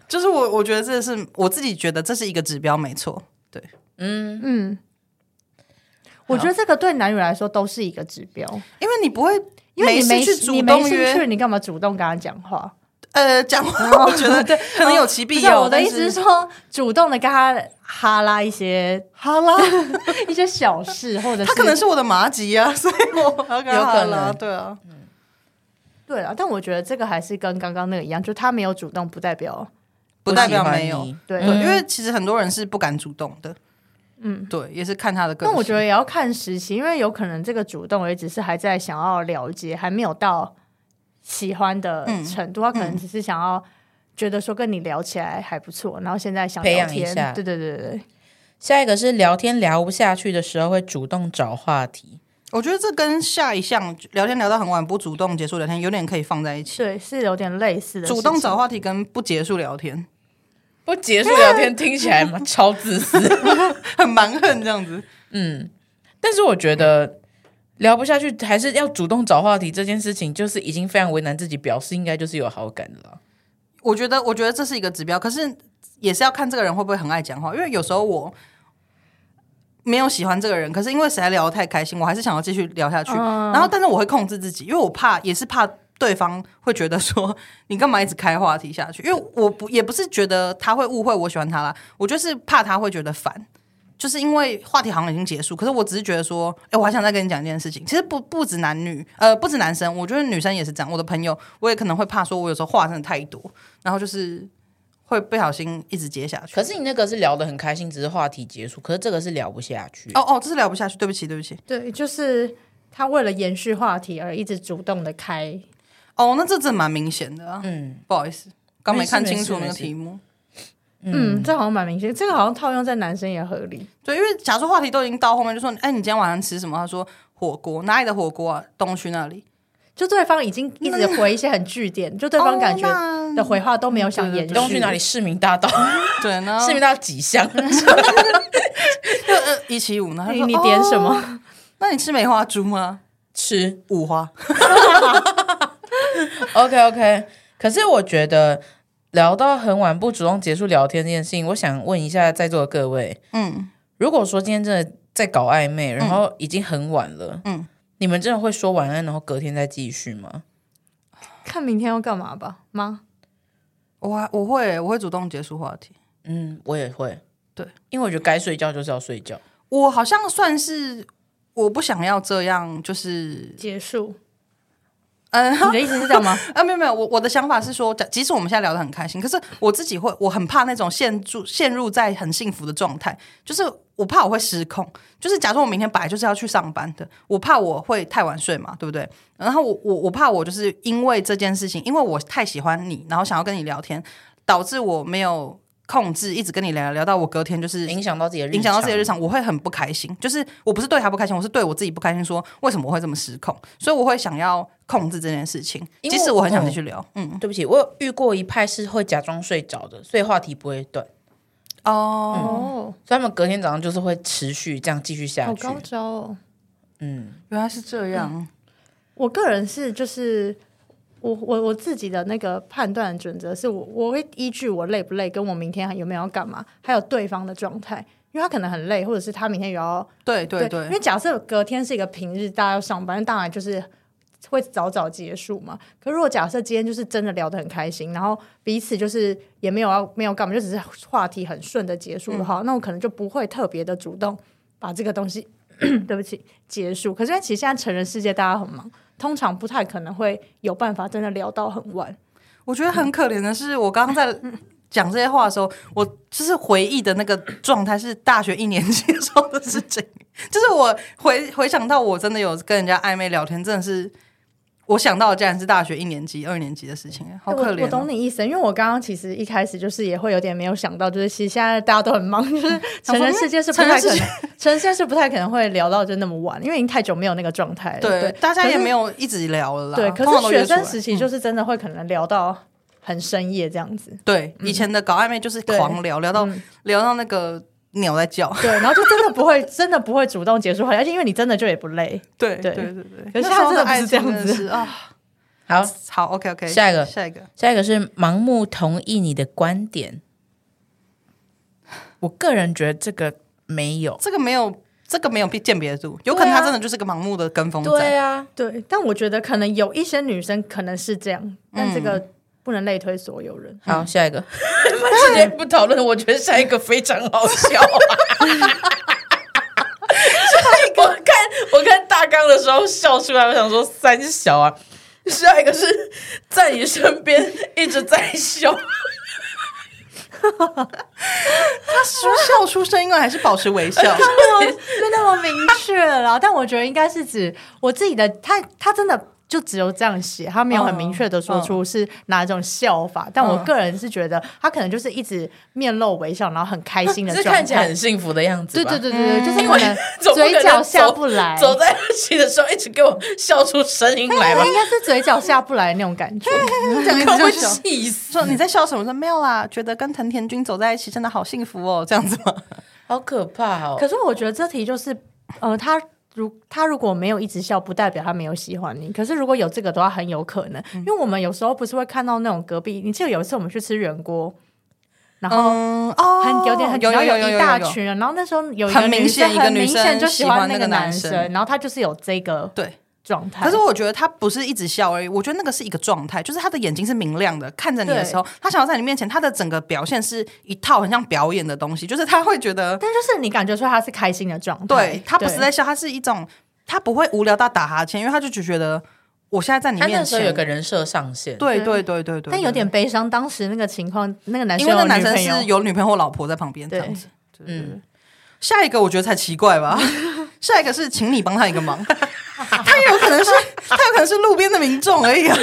S1: 就是我，我觉得这是我自己觉得这是一个指标，没错。对，
S2: 嗯，
S3: 嗯，我觉得这个对男女来说都是一个指标，
S1: 因为你不会，
S3: 因为你
S1: 没
S3: 没
S1: 事去
S3: 你
S1: 主
S3: 没
S1: 动
S3: 兴趣，
S1: 约，
S3: 你干嘛主动跟他讲话？
S1: 呃，讲话我觉得对，可能有其
S3: 哦不
S1: 必
S3: 是啊
S1: 要。
S3: 我的意思
S1: 但
S3: 是说，主动的跟他哈拉一些
S1: 哈拉，
S3: 一些小事，或者
S1: 他可能是我的麻吉啊， 所以我要跟他
S2: 有可
S1: 哈拉，
S2: 能
S1: 对啊，
S3: 对了。但我觉得这个还是跟刚刚那个一样，就他没有主动，不代表
S1: 不代表没有。
S3: 对。嗯
S1: 对，因为其实很多人是不敢主动的，嗯，对，也是看他的个
S3: 但
S1: 性。
S3: 我觉得也要看时期，因为有可能这个主动也只是还在想要了解，还没有到喜欢的程
S2: 嗯
S3: 度，他可能只是想要觉得说跟你聊起来还不错，然后现在想
S2: 培
S3: 聊
S2: 养一
S3: 天
S2: 下
S3: 对对对对对，
S2: 下一个是聊天聊不下去的时候会主动找话题，
S1: 我觉得这跟下一项聊天聊到很晚不主动结束聊天有点可以放在一起。
S3: 对是有点类似的事情。
S1: 主动找话题跟不结束聊天
S2: 不结束聊天听起来嘛超自私。
S1: 很蛮横这样子，
S2: 但是我觉得聊不下去还是要主动找话题这件事情，就是已经非常为难自己，表示应该就是有好感了。
S1: 我觉得我觉得这是一个指标，可是也是要看这个人会不会很爱讲话，因为有时候我。没有喜欢这个人，可是因为实在聊得太开心，我还是想要继续聊下去。
S2: 嗯
S1: 然后，但是我会控制自己，因为我怕，也是怕对方会觉得说你干嘛一直开话题下去。因为我不也不是觉得他会误会我喜欢他啦，我就是怕他会觉得烦，就是因为话题好像已经结束。可是我只是觉得说，哎、我还想再跟你讲一件事情。其实不不止男女，呃，不止男生，我觉得女生也是这样。我的朋友，我也可能会怕说，我有时候话真的太多，然后就是会不小心一直接下去。
S2: 可是你那个是聊得很开心，只是话题结束，可是这个是聊不下去。
S1: 哦哦，这是聊不下去，对不起，对不起。
S3: 对，就是他为了延续话题而一直主动的开，
S1: 哦，那这真的蛮明显的、啊，
S2: 嗯，
S1: 不好意思，刚没
S2: 没事
S1: 看
S2: 没
S1: 清
S2: 事
S1: 楚那
S2: 没
S1: 个
S2: 事
S1: 题目。
S3: 嗯这好像蛮明显，这个好像套用在男生也合理。
S1: 对，因为假如说话题都已经到后面，就说，哎，你今天晚上吃什么？他说火锅，哪里的火锅啊？东区那里。
S3: 就对方已经一 直回一些很据点，就对方感觉
S1: 哦
S3: 的回话都没有想延续。
S2: 东区哪里？市民大道，
S1: 对，然后
S2: 市民大道几巷？
S1: 就呃一七五，然后他
S3: 你
S1: 说
S3: 你点什？
S1: 哦
S3: 么？
S1: 那你吃梅花猪吗？
S2: 吃
S1: 五花，
S2: OK OK，可是我觉得聊到很晚不主动结束聊天这件事情，我想问一下在座的各位，
S1: 嗯，
S2: 如果说今天真的在搞暧昧，然后已经很晚了，
S1: 嗯
S2: 你们真的会说晚安，然后隔天再继续吗？
S3: 看明天要干嘛吧？妈，
S1: 我还我会我会主动结束话题。
S2: 嗯，我也会，
S1: 对，
S2: 因为我觉得该睡觉就是要睡觉。
S1: 我好像算是我不想要这样，就是
S3: 结束。
S1: 嗯，
S3: 你的意思是这样吗？
S1: 啊，没有没有，我我的想法是说，假即使我们现在聊得很开心，可是我自己会，我很怕那种陷入陷入在很幸福的状态，就是我怕我会失控，就是假装我明天本来就是要去上班的，我怕我会太晚睡嘛，对不对？然后我我我怕我就是因为这件事情，因为我太喜欢你，然后想要跟你聊天，导致我没有控制，一直跟你聊聊到我隔天就是
S2: 影响到自己的日常，
S1: 影响到自己的日常，我会很不开心。就是我不是对他不开心，我是对我自己不开心，说为什么我会这么失控，所以我会想要控制这件事情。
S2: 因为
S1: 即使我很想继续聊，嗯，
S2: 对不起，我有遇过一派是会假装睡着的，所以话题不会断，
S1: 哦，
S3: 哦，
S2: 所以他们隔天早上就是会持续这样继续下
S3: 好
S2: 去。
S3: 高招哦。
S2: 嗯，
S1: 原来是这样，
S3: 我个人是就是我我我自己的那个判断准则是我我会依据我累不累，跟我明天还有没有要干嘛，还有对方的状态，因为他可能很累，或者是他明天也要
S1: 对对
S3: 因
S1: 对
S3: 为假设隔天是一个平日，大家要上班，当然就是会早早结束嘛。可如果假设今天就是真的聊得很开心，然后彼此就是也没有要没有干嘛，就只是话题很顺的结束的
S1: 嗯
S3: 话，那我可能就不会特别的主动把这个东西， 对不起，结束。可是因为其实现在成人世界大家很忙，通常不太可能会有办法真的聊到很晚。
S1: 我觉得很可怜的是，我刚刚在。讲这些话的时候，我就是回忆的那个状态是大学一年级的时候的事情，就是我回回想到我真的有跟人家暧昧聊天，真的是我想到的竟然是大学一年级、二年级的事情，好可怜、
S3: 哎我。我懂
S1: 哦。
S3: 你意思，因为我刚刚其实一开始就是也会有点没有想到，就是其实现在大家都很忙，
S1: 嗯
S3: 就是 成人世界是不太可能，成人世界是不太可能会聊到就那么晚，因为已经太久没有那个状态了。对，
S1: 对，大家也没
S3: 有
S1: 有一直聊了啦。
S3: 对，
S1: 通
S3: 可
S1: 常
S3: 是
S1: 都约
S3: 学生
S1: 出来嗯
S3: 时期就是真的会可能聊到很深夜这样子。
S1: 对，以前的搞暧昧就是狂聊，聊到、
S3: 嗯
S1: 聊到那个鸟在叫。
S3: 对，然后就真的不会，真的不会主动结束话题，而且因为你真的就也不累，
S1: 对
S3: 对
S1: 对对对，
S3: 可是
S1: 那时候
S3: 现在真的不是
S1: 爱情
S3: 这样
S1: 真的
S3: 子
S1: 是啊。
S2: 好，
S1: 好，OK OK，
S2: 下一个
S1: 下一个，
S2: 下一个是盲目同意你的观点。我个人觉得这个没有，
S1: 这个没有这个没有辨别度，有可能他真的就是个盲目的跟风仔。
S2: 啊，
S3: 啊对。但我觉得可能有一些女生可能是这样，但这
S1: 嗯
S3: 个不能类推所有人。
S2: 好，下一个， 直接不讨论。我觉得下一个非常好笑、下一个，我看我看大纲的时候笑出来，我想说三小啊。下一个是在你身边一直在 笑，
S1: 他是笑出声音了，还是保持微笑？
S3: 没那么明确啦，但我觉得应该是指我自己的，他他真的就只有这样写，他没有很明确的说出是哪种笑法。但我个人是觉得他可能就是一直面露微笑，然后很开心的
S2: 是
S3: 状态。
S2: 看起来很幸福的样子
S3: 对
S2: 吧。
S3: 对对对对，就是
S2: 因
S3: 可
S2: 为
S3: 能
S2: 总不可能
S3: 嗯嘴角下
S2: 走
S3: 不来，
S2: 走在一起的时候一直给我笑出声音来吧
S3: 应，该是嘴角下不来那种感觉。哎
S1: 讲一
S2: 看
S1: 直
S2: 我
S1: 就
S2: 会
S1: 笑。
S2: 气死。
S1: 说你在笑什么？我说没有啦，觉得跟藤田君走在一起真的好幸福哦，这样子吗？
S2: 好可怕哦！
S3: 可是我觉得这题就是，呃，他如他如果没有一直笑，不代表他没有喜欢你。可是如果有这个的话，很有可能，
S1: 嗯
S3: 因为我们有时候不是会看到那种隔壁，你记得有一次我们去吃圆锅，然后。
S1: 嗯哦
S3: 很有点很
S1: 有
S3: 然
S1: 有
S3: 后
S1: 有有
S3: 一
S1: 有
S3: 大
S1: 有
S3: 群人，然后那时候有一
S1: 很
S3: 个
S1: 明
S3: 女
S1: 显
S3: 生
S1: 一个
S3: 很
S1: 女
S3: 明
S1: 生
S3: 显就
S1: 喜
S3: 喜
S1: 欢
S3: 欢
S1: 那
S3: 那
S1: 个
S3: 个
S1: 男
S3: 男
S1: 生
S3: 生，然后他就是有这个
S1: 对。
S3: 状态。
S1: 可是我觉得他不是一直笑而已，我觉得那个是一个状态，就是他的眼睛是明亮的，看着你的时候，他想要在你面前，他的整个表现是一套很像表演的东西，就是他会觉得，
S3: 但就是你感觉出来他是开心的状态，
S1: 对他不是在笑，他是一种，他不会无聊到打哈欠，因为他就只觉得我现在在你
S2: 他
S1: 面
S2: 那时候有
S1: 前，
S2: 个人设上限，
S1: 对对对对对，
S3: 但有点悲伤。当时那个情况，那个男
S1: 对，
S3: 生
S1: 因为那男
S3: 有女
S1: 生
S3: 朋友
S1: 是有女朋友或老婆在旁边这
S3: 对
S1: 样子， 嗯，下一个我觉得才奇怪吧，下一个是请你帮他一个忙，他 有可能是他有可能是路边的民众而已啊。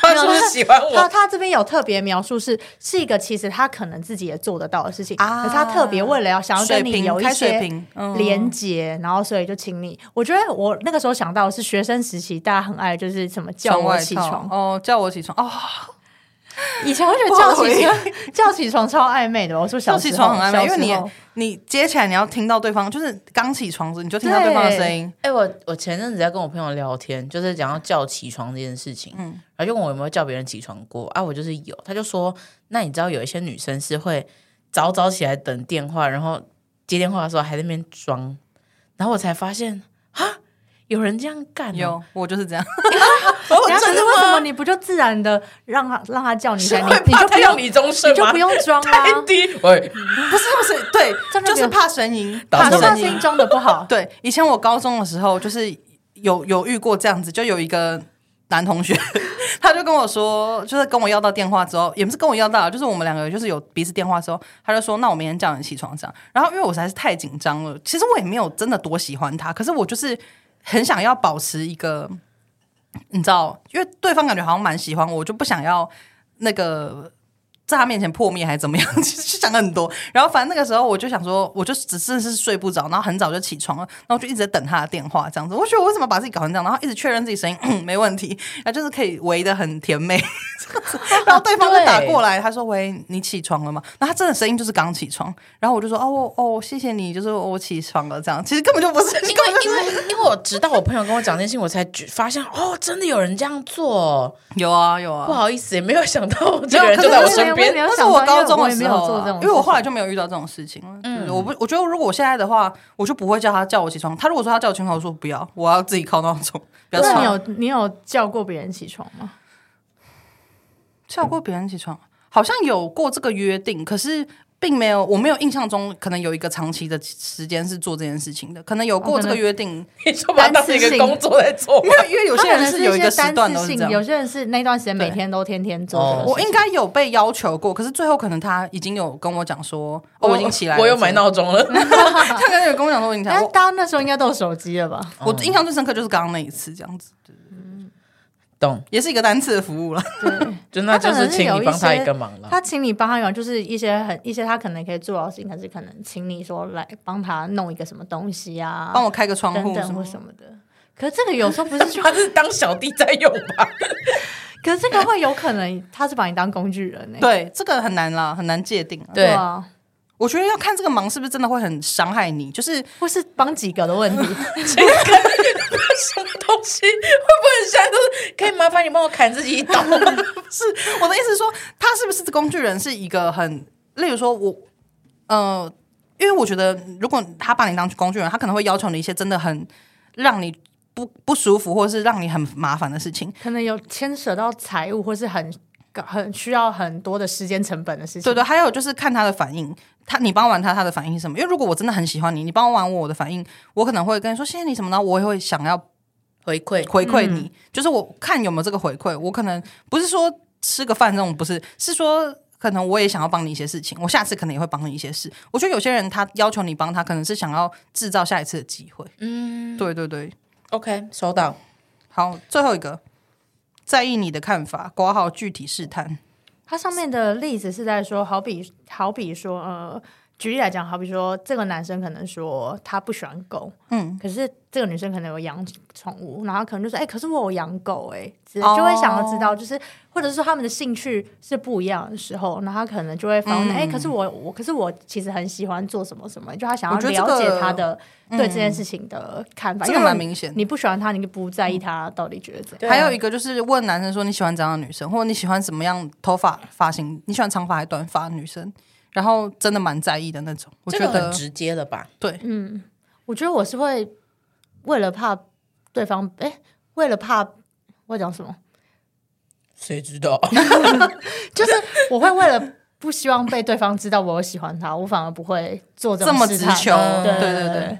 S2: 他是不是喜欢
S3: 他
S2: 我？
S3: 他这边有特别描述是是一个其实他可能自己也做得到的事情，
S1: 啊
S3: 可是他特别为了要想要
S1: 水
S3: 跟你
S1: 平
S3: 有一
S1: 开水
S3: 些
S1: 平嗯
S3: 连结，然后所以就请你。我觉得我那个时候想到的是学生时期大家很爱就是什么叫
S1: 窗
S3: 我
S1: 外
S3: 起
S1: 套
S3: 床，
S1: 哦，叫我起床哦，
S3: 以前我觉得
S1: 不好
S3: 叫起
S1: 意
S3: 床叫起床超暧昧的，我说小
S1: 叫起
S3: 时候
S1: 床很暧昧，因为
S3: 小时候
S1: 你你接起来你要听到对方，就是刚起床的时候你就听到对方的声音，
S2: 哎、我我前阵子在跟我朋友聊天，就是讲到叫起床这件事情，
S3: 嗯
S2: 然后就问我有没有叫别人起床过啊，我就是有，他就说，那你知道有一些女生是会早早起来等电话，然后接电话的时候还在那边装，然后我才发现啊，有人这样干、哦，
S3: 嗯
S1: 有我就是这样，
S2: 哦，
S3: 等一下可
S2: 真
S3: 是
S2: 的
S3: 为什么
S2: 吗？
S3: 你不就自然的让他让他叫你
S2: 是
S3: 才，你
S2: 会
S3: 你
S2: 怕
S3: 就不
S2: 他要
S3: 用
S2: 你终
S3: 你
S2: 身
S3: 就
S2: 吗？
S3: 不用装啊啦、
S2: 太低，喂，
S1: 不是不是，对
S3: 真，的
S1: 就是
S3: 有
S1: 怕声音，
S2: 打
S3: 把
S2: 算
S3: 声
S1: 声。
S3: 音装的不好
S1: 对，以前我高中的时候，就是有有遇过这样子，就有一个男同学， 他就跟我说，就是跟我要到电话之后，也不是跟我要到，就是我们两个就是有彼此电话之后，他就说，那我明天叫你起床这样。然后因为我实在是太紧张了，其实我也没有真的多喜欢他，可是我就是很想要保持一个，你知道，因为对方感觉好像蛮喜欢我，我就不想要那个。在他面前破灭还是怎么样？ 其实想了很多。然后反正那个时候我就想说，我就只是是睡不着，然后很早就起床了，然后就一直在等他的电话这样子。我觉得我为什么把自己搞成这样？然后一直确认自己声音、 嗯、没问题，然后就是可以围的很甜美。然后对方就打过来，他说：“喂，你起床了吗？”那他真的声音就是刚起床。然后我就说：“哦哦，谢谢你，就是我起床了。”这样其实根本就不是，
S2: 因
S1: 根本就
S2: 为
S1: 是
S2: 因为因为我直到我朋友跟我讲这件事情，我才觉发现哦，真的有人这样做。
S1: 有啊有啊
S2: 不，好意思，也没有想到这个人
S1: 可
S2: 就是在
S1: 我
S2: 我
S1: 也
S2: 身边。
S1: 那是我高中的
S3: 也
S1: 时
S3: 没有
S1: 候
S3: 做
S1: 啊、
S3: 这种事情，
S1: 因为我后来就没有遇到这种事情了。嗯，我不，我觉得如果我现在的话，我就不会叫他叫我起床。他如果说他叫我起床，我说不要，我要自己靠闹钟，不要
S3: 那你
S1: 吵。
S3: 有你有叫过别人起床吗？
S1: 叫过别人起床，好像有过这个约定，可是并没有，我没有印象中可能有一个长期的时间是做这件事情的，可能有过这个约定，
S2: 你就把它当成一个工作在 做
S1: 因。为因为有些
S3: 他
S1: 人
S3: 可能
S1: 有
S3: 一
S1: 一
S3: 些
S1: 个时段
S3: 单
S1: 都
S3: 次
S1: 是
S3: 性
S1: 这，
S3: 有
S1: 样。
S3: 些人是那段时间每天都天天做
S2: 哦
S3: 这个事情。
S1: 我应该有被要求过，可是最后可能他已经有跟我讲说，哦，我已经起来了，
S2: 我又买
S1: 这样，
S2: 闹 钟了。
S1: 他可能有跟我讲说，我已经起来
S3: 但
S1: 了
S3: 是大家那时候应该都有手机了吧？
S1: 我我印象最深刻就是刚刚那一次，这样子。
S2: 懂，
S1: 也是一个单次的服务了。
S3: 对，
S2: 就那就是请你帮他一个忙了。
S3: 他请你帮他忙，就是一些很一些他可能可以做到的事情，可是可能请你说来帮他弄一个什么东西啊，
S1: 帮我开个窗
S3: 等
S1: 户什
S3: 等或
S1: 么？
S3: 什么的。可是这个有时候不 是去，
S2: 他是当小弟在用吧？
S3: 可是这个会有可能他是把你当工具人呢、欸
S1: 对，这个很难啦，很难界定啊。
S2: 对
S3: 啊，
S1: 我觉得要看这个忙是不是真的会很伤害你，就是
S3: 或是帮几个的问题。
S2: 什么东西？会不会现在都是可以麻烦你帮我砍自己一刀吗？
S1: 是我的意思是说，他是不是工具人是一个很，例如说我，呃，因为我觉得如果他把你当工具人，他可能会要求你一些真的很让你不不舒服，或是让你很麻烦的事情。
S3: 可能有牵扯到财务，或是很很需要很多的时间成本的事情。
S1: 对对，还有就是看他的反应，他你帮完他，他的反应是什么？因为如果我真的很喜欢你，你帮完我，我的反应，我可能会跟你说谢谢你什么，然后我也会想要
S2: 回馈
S1: 回馈你，
S3: 嗯
S1: 就是我看有没有这个回馈。我可能不是说吃个饭这种，不是，是说可能我也想要帮你一些事情，我下次可能也会帮你一些事。我觉得有些人他要求你帮他，可能是想要制造下一次的机会。嗯，对对对。
S2: ，OK，收到。
S1: 好，最后一个，在意你的看法，挂号具体试探。
S3: 它上面的例子是在说，好比好比说，呃，举例来讲，好比说，这个男生可能说他不喜欢狗，嗯，可是这个女生可能有养宠物，然后可能就说，哎、可是我有养狗、哎，之类
S1: 哦
S3: 就会想要知道，就是、或者是说他们的兴趣是不一样的时候，然后他可能就会发
S1: 嗯
S3: 问，哎、可是我我可是我其实很喜欢做什么什么，就他想要
S1: 我觉得这个嗯
S3: 了解他的、对这件事情的看法，
S1: 这
S3: 因
S1: 个
S3: 为
S1: 蛮明显的嗯
S3: 你不喜欢他，你就不在意他到底觉得怎样。
S2: 对啊
S1: 还有一个就是问男生说你喜欢怎样的女生，或者你喜欢什么样头发发型，你喜欢长发还是短发的女生，然后真的蛮在意的那种。我
S2: 这
S1: 觉
S2: 个
S1: 得
S2: 很直嗯接了吧？
S1: 对，
S3: 我觉得我是会为了怕对方，哎、为了怕我讲什么，
S2: 谁知道？
S3: 就是我会为了不希望被对方知道我有喜欢他，我反而不会做
S1: 这么
S3: 种试
S1: 直
S3: 探
S1: 球
S3: 对
S1: 对
S3: 对
S1: 对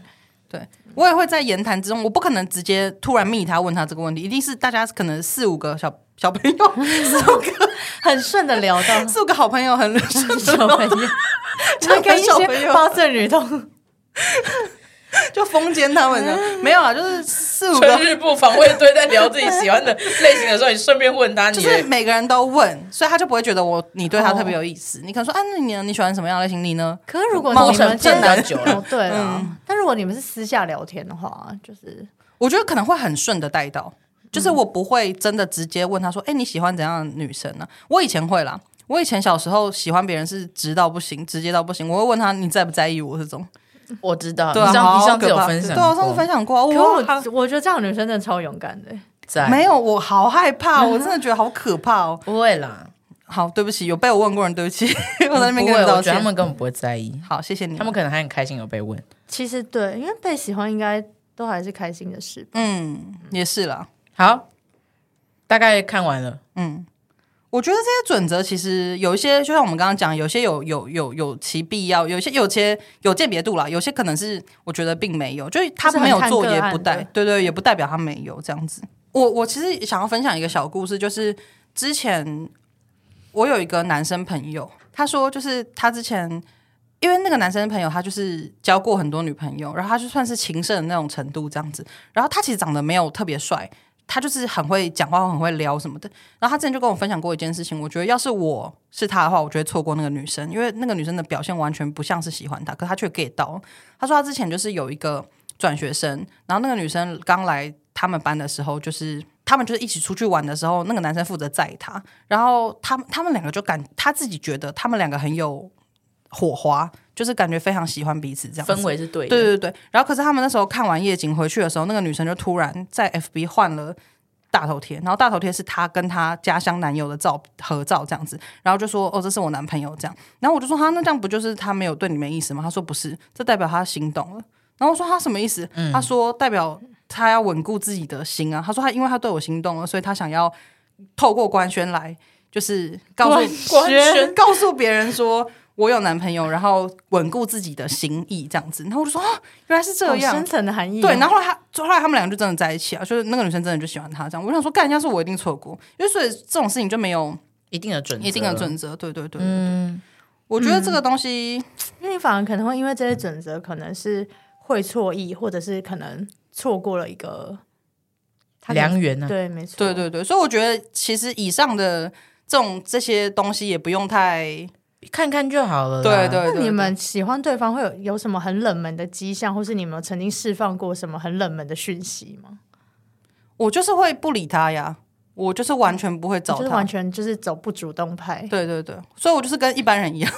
S1: 对我也会在言谈之中，我不可能直接突然密他问他这个问题，一定是大家可能四五个小小朋友， 四五个
S3: 很顺的聊到
S1: 四五个好朋友很
S3: 小 朋友，就跟一
S1: 小朋
S3: 些
S1: 友
S3: 八岁女童，
S2: 嗯
S1: 就封奸他们的，没有啊，就是四五
S2: 春
S1: 个，
S2: 日部防卫队在聊自己喜欢的类型的时候，你顺便问他
S1: 就
S2: 你
S1: 是
S2: 的
S1: 每个人都问，所以他就不会觉得我你对他特别有意
S2: 哦
S1: 思。你可能说，啊，那你呢？你喜欢什么样的类型？你呢？
S3: 可是如果
S1: 冒
S3: 你
S1: 险
S3: 们
S1: 正
S3: 真
S1: 男
S3: 的
S2: 久 了
S3: 哦，对啊，但如果你们是私下聊天的话，就是
S1: 我觉得可能会很顺的带到，就是
S2: 嗯
S1: 我不会真的直接问他说：“哎、你喜欢怎样的女生呢、我以前会啦，我以前小时候喜欢别人是直到不行，直接到不行。我会问他你在不在意我这种。
S2: 我知道，
S1: 对啊，
S2: 你上你
S1: 好
S2: 上次
S1: 可
S2: 有
S1: 怕。
S2: 分享
S1: 对啊，我上次分享过啊。
S3: 可
S1: 我好
S3: 我我觉得这样的女生真的超勇敢的。
S2: 享
S1: 没有，我好害怕，
S2: 嗯
S1: 我真的觉得好可怕哦。
S2: 不会啦，
S1: 好，对不起，有被我问过人，对不起， 我在那边
S2: 不
S1: 跟
S2: 会，
S1: 你道
S2: 我觉得他
S1: 歉。
S2: 们根本不会在意，
S1: 好，谢谢你
S2: 他。们可能还很开心有被问。
S3: 其实对，因为被喜欢应该都还是开心的事吧。
S1: 嗯，也是啦。
S2: 好，大概看完了，
S1: 我觉得这些准则其实有一些，就像我们刚刚讲，有些有有有有其必要，有些有些有鉴别度啦，有些可能是我觉得并没有，就是他没有做
S3: 就是很看
S1: 也
S3: 个案
S1: 不代，对对，也不代表他没有这样子。我我其实想要分享一个小故事，就是之前我有一个男生朋友，他说就是他之前。因为那个男生朋友，他就是交过很多女朋友，然后他就算是情圣的那种程度这样子。然后他其实长得没有特别帅，他就是很会讲话，很会聊什么的。然后他之前就跟我分享过一件事情，我觉得要是我是他的话，我就会错过那个女生，因为那个女生的表现完全不像是喜欢他，可他却 get 到了。他说他之前就是有一个转学生，然后那个女生刚来他们班的时候，就是他们就是一起出去玩的时候，那个男生负责载她，然后他们他们两个就感他自己觉得他们两个很有火花，就是感觉非常喜欢彼此这样子
S2: 氛围是对的。
S1: 对对对，然后可是他们那时候看完夜景回去的时候，那个女生就突然在 FB 换了大头贴，然后大头贴是她跟她家乡男友的照合照这样子，然后就说哦这是我男朋友这样，然后我就说哈那这样不就是他没有对你没意思吗？他说不是，这代表他心动了。然后我说他什么意思？
S2: 嗯
S1: 他说代表他要稳固自己的心啊。他说他因为他对我心动了，所以他想要透过官宣来，就是告诉
S2: 官 宣
S1: 告诉别人说我有男朋友，然后稳固自己的心意这样子。然后我就说啊，原来是这
S3: 好
S1: 样
S3: 深。层的含义哦。
S1: 对，然后后来他，就后来他们两个就真的在一起啊，就是那个女生真的就喜欢他这样。我想说，干，要是我一定错过，因为所以这种事情就没有
S2: 一定的准，
S1: 一定的。准则。对对对对对，我觉得这个东西，
S3: 因为你反而可能会因为这些准则，可能是会错意，或者是可能错过了一个他可能
S2: 良缘呢、啊？
S3: 对，没错，
S1: 对对对，所以我觉得其实以上的这种这些东西也不用太，
S2: 看看就好了啦。
S1: 对对
S3: 那
S1: 对，
S3: 你
S1: 对
S3: 们喜欢对方会有有什么很冷门的迹象，或是你们有曾经释放过什么很冷门的讯息吗？
S1: 我就是会不理他呀，我就是完全不会找
S3: 就是
S1: 他
S3: 完。全就是走不主动派，
S1: 对对对，所以我就是跟一般人一样，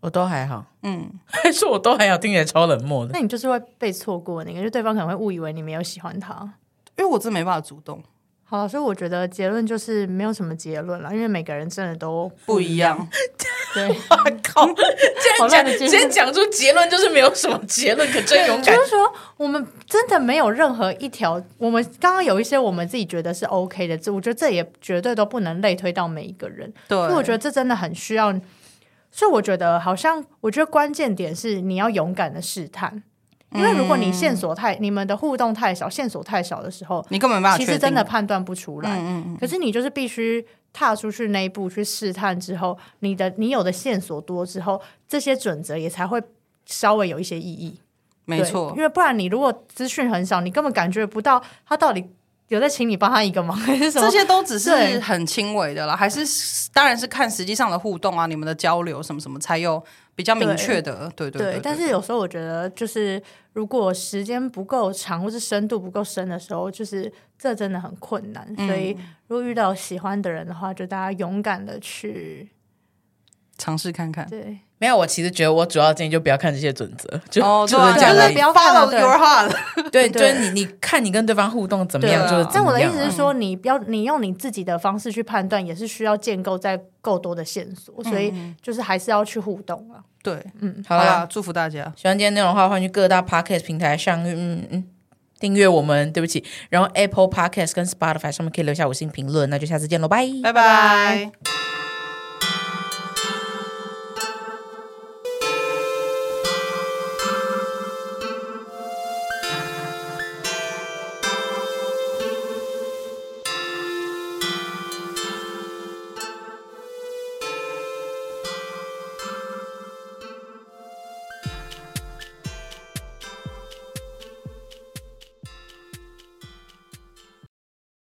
S2: 我都还好，
S1: 嗯，
S2: 还是我都还好，听起来超冷漠的。
S3: 那你就是会被错过那个，就对方可能会误以为你没有喜欢他。
S1: 因为我真没办法主动，
S3: 好，所以我觉得结论就是没有什么结论了，因为每个人真的都
S1: 不一样。
S3: 对，
S2: 我 靠！这样讲
S3: 好烂的，结论
S2: 直接讲出结论就是没有什么结论，可真勇
S3: 就
S2: 敢。
S3: 是说，我们真的没有任何一条，我们刚刚有一些我们自己觉得是 OK 的，这我觉得这也绝对都不能类推到每一个人。
S1: 对，
S3: 所以我觉得这真的很需要。所以我觉得好像，我觉得关键点是你要勇敢的试探，因为如果你线索太、你们的互动太少，线索太少的时候，
S1: 你根本没办法
S3: 其
S1: 确
S3: 实
S1: 定，嗯
S3: 真的嗯判断不出来。可是你就是必须踏出去那一步去试探之后，你的你有的线索多之后，这些准则也才会稍微有一些意义。
S1: 没
S3: 对
S1: 错
S3: 因。为不然你如果资讯很少，你根本感觉不到他到底有在请你帮他一个忙 还是什么
S1: 这。些都只是
S3: 对
S1: 很轻微的啦，还是当然是看实际上的互动啊，你们的交流什么什么才有比较明
S3: 对
S1: 确的，对对
S3: 对，但是有时候我觉得，就是如果时间不够长或是深度不够深的时候，就是这真的很困难。
S1: 嗯
S3: 所以，如果遇到喜欢的人的话，就大家勇敢的去，
S1: 尝试看看。
S3: 对，
S2: 没有，我其实觉得我主要建议就不要看这些准则， 就、
S1: 哦，
S2: 就
S1: 对啊，
S2: 是讲
S1: 就
S3: 对
S2: 而
S1: 是
S2: 已
S3: 不要看
S1: follow
S3: 了对
S1: your heart，
S2: 对，就
S3: 对
S2: 是你你看你跟对方互动怎么
S3: 对
S2: 样，
S1: 啊
S2: 就是怎
S3: 但我
S2: 么
S3: 的意
S2: 样啊、
S3: 思是说，你不要你用你自己的方式去判断，也是需要建构在够多的线索，
S1: 嗯
S3: 所以就是还是要去互动啊。
S1: 对，
S2: 好
S1: 好
S2: 啦
S1: 啦，，祝福大家。
S2: 喜欢今天内容的话，欢迎去各大 podcast 平台上，嗯嗯嗯，订阅我们。对不起，然后 Apple Podcast 跟 Spotify 上面可以留下五星评论，那就下次见喽，拜。
S1: 拜拜。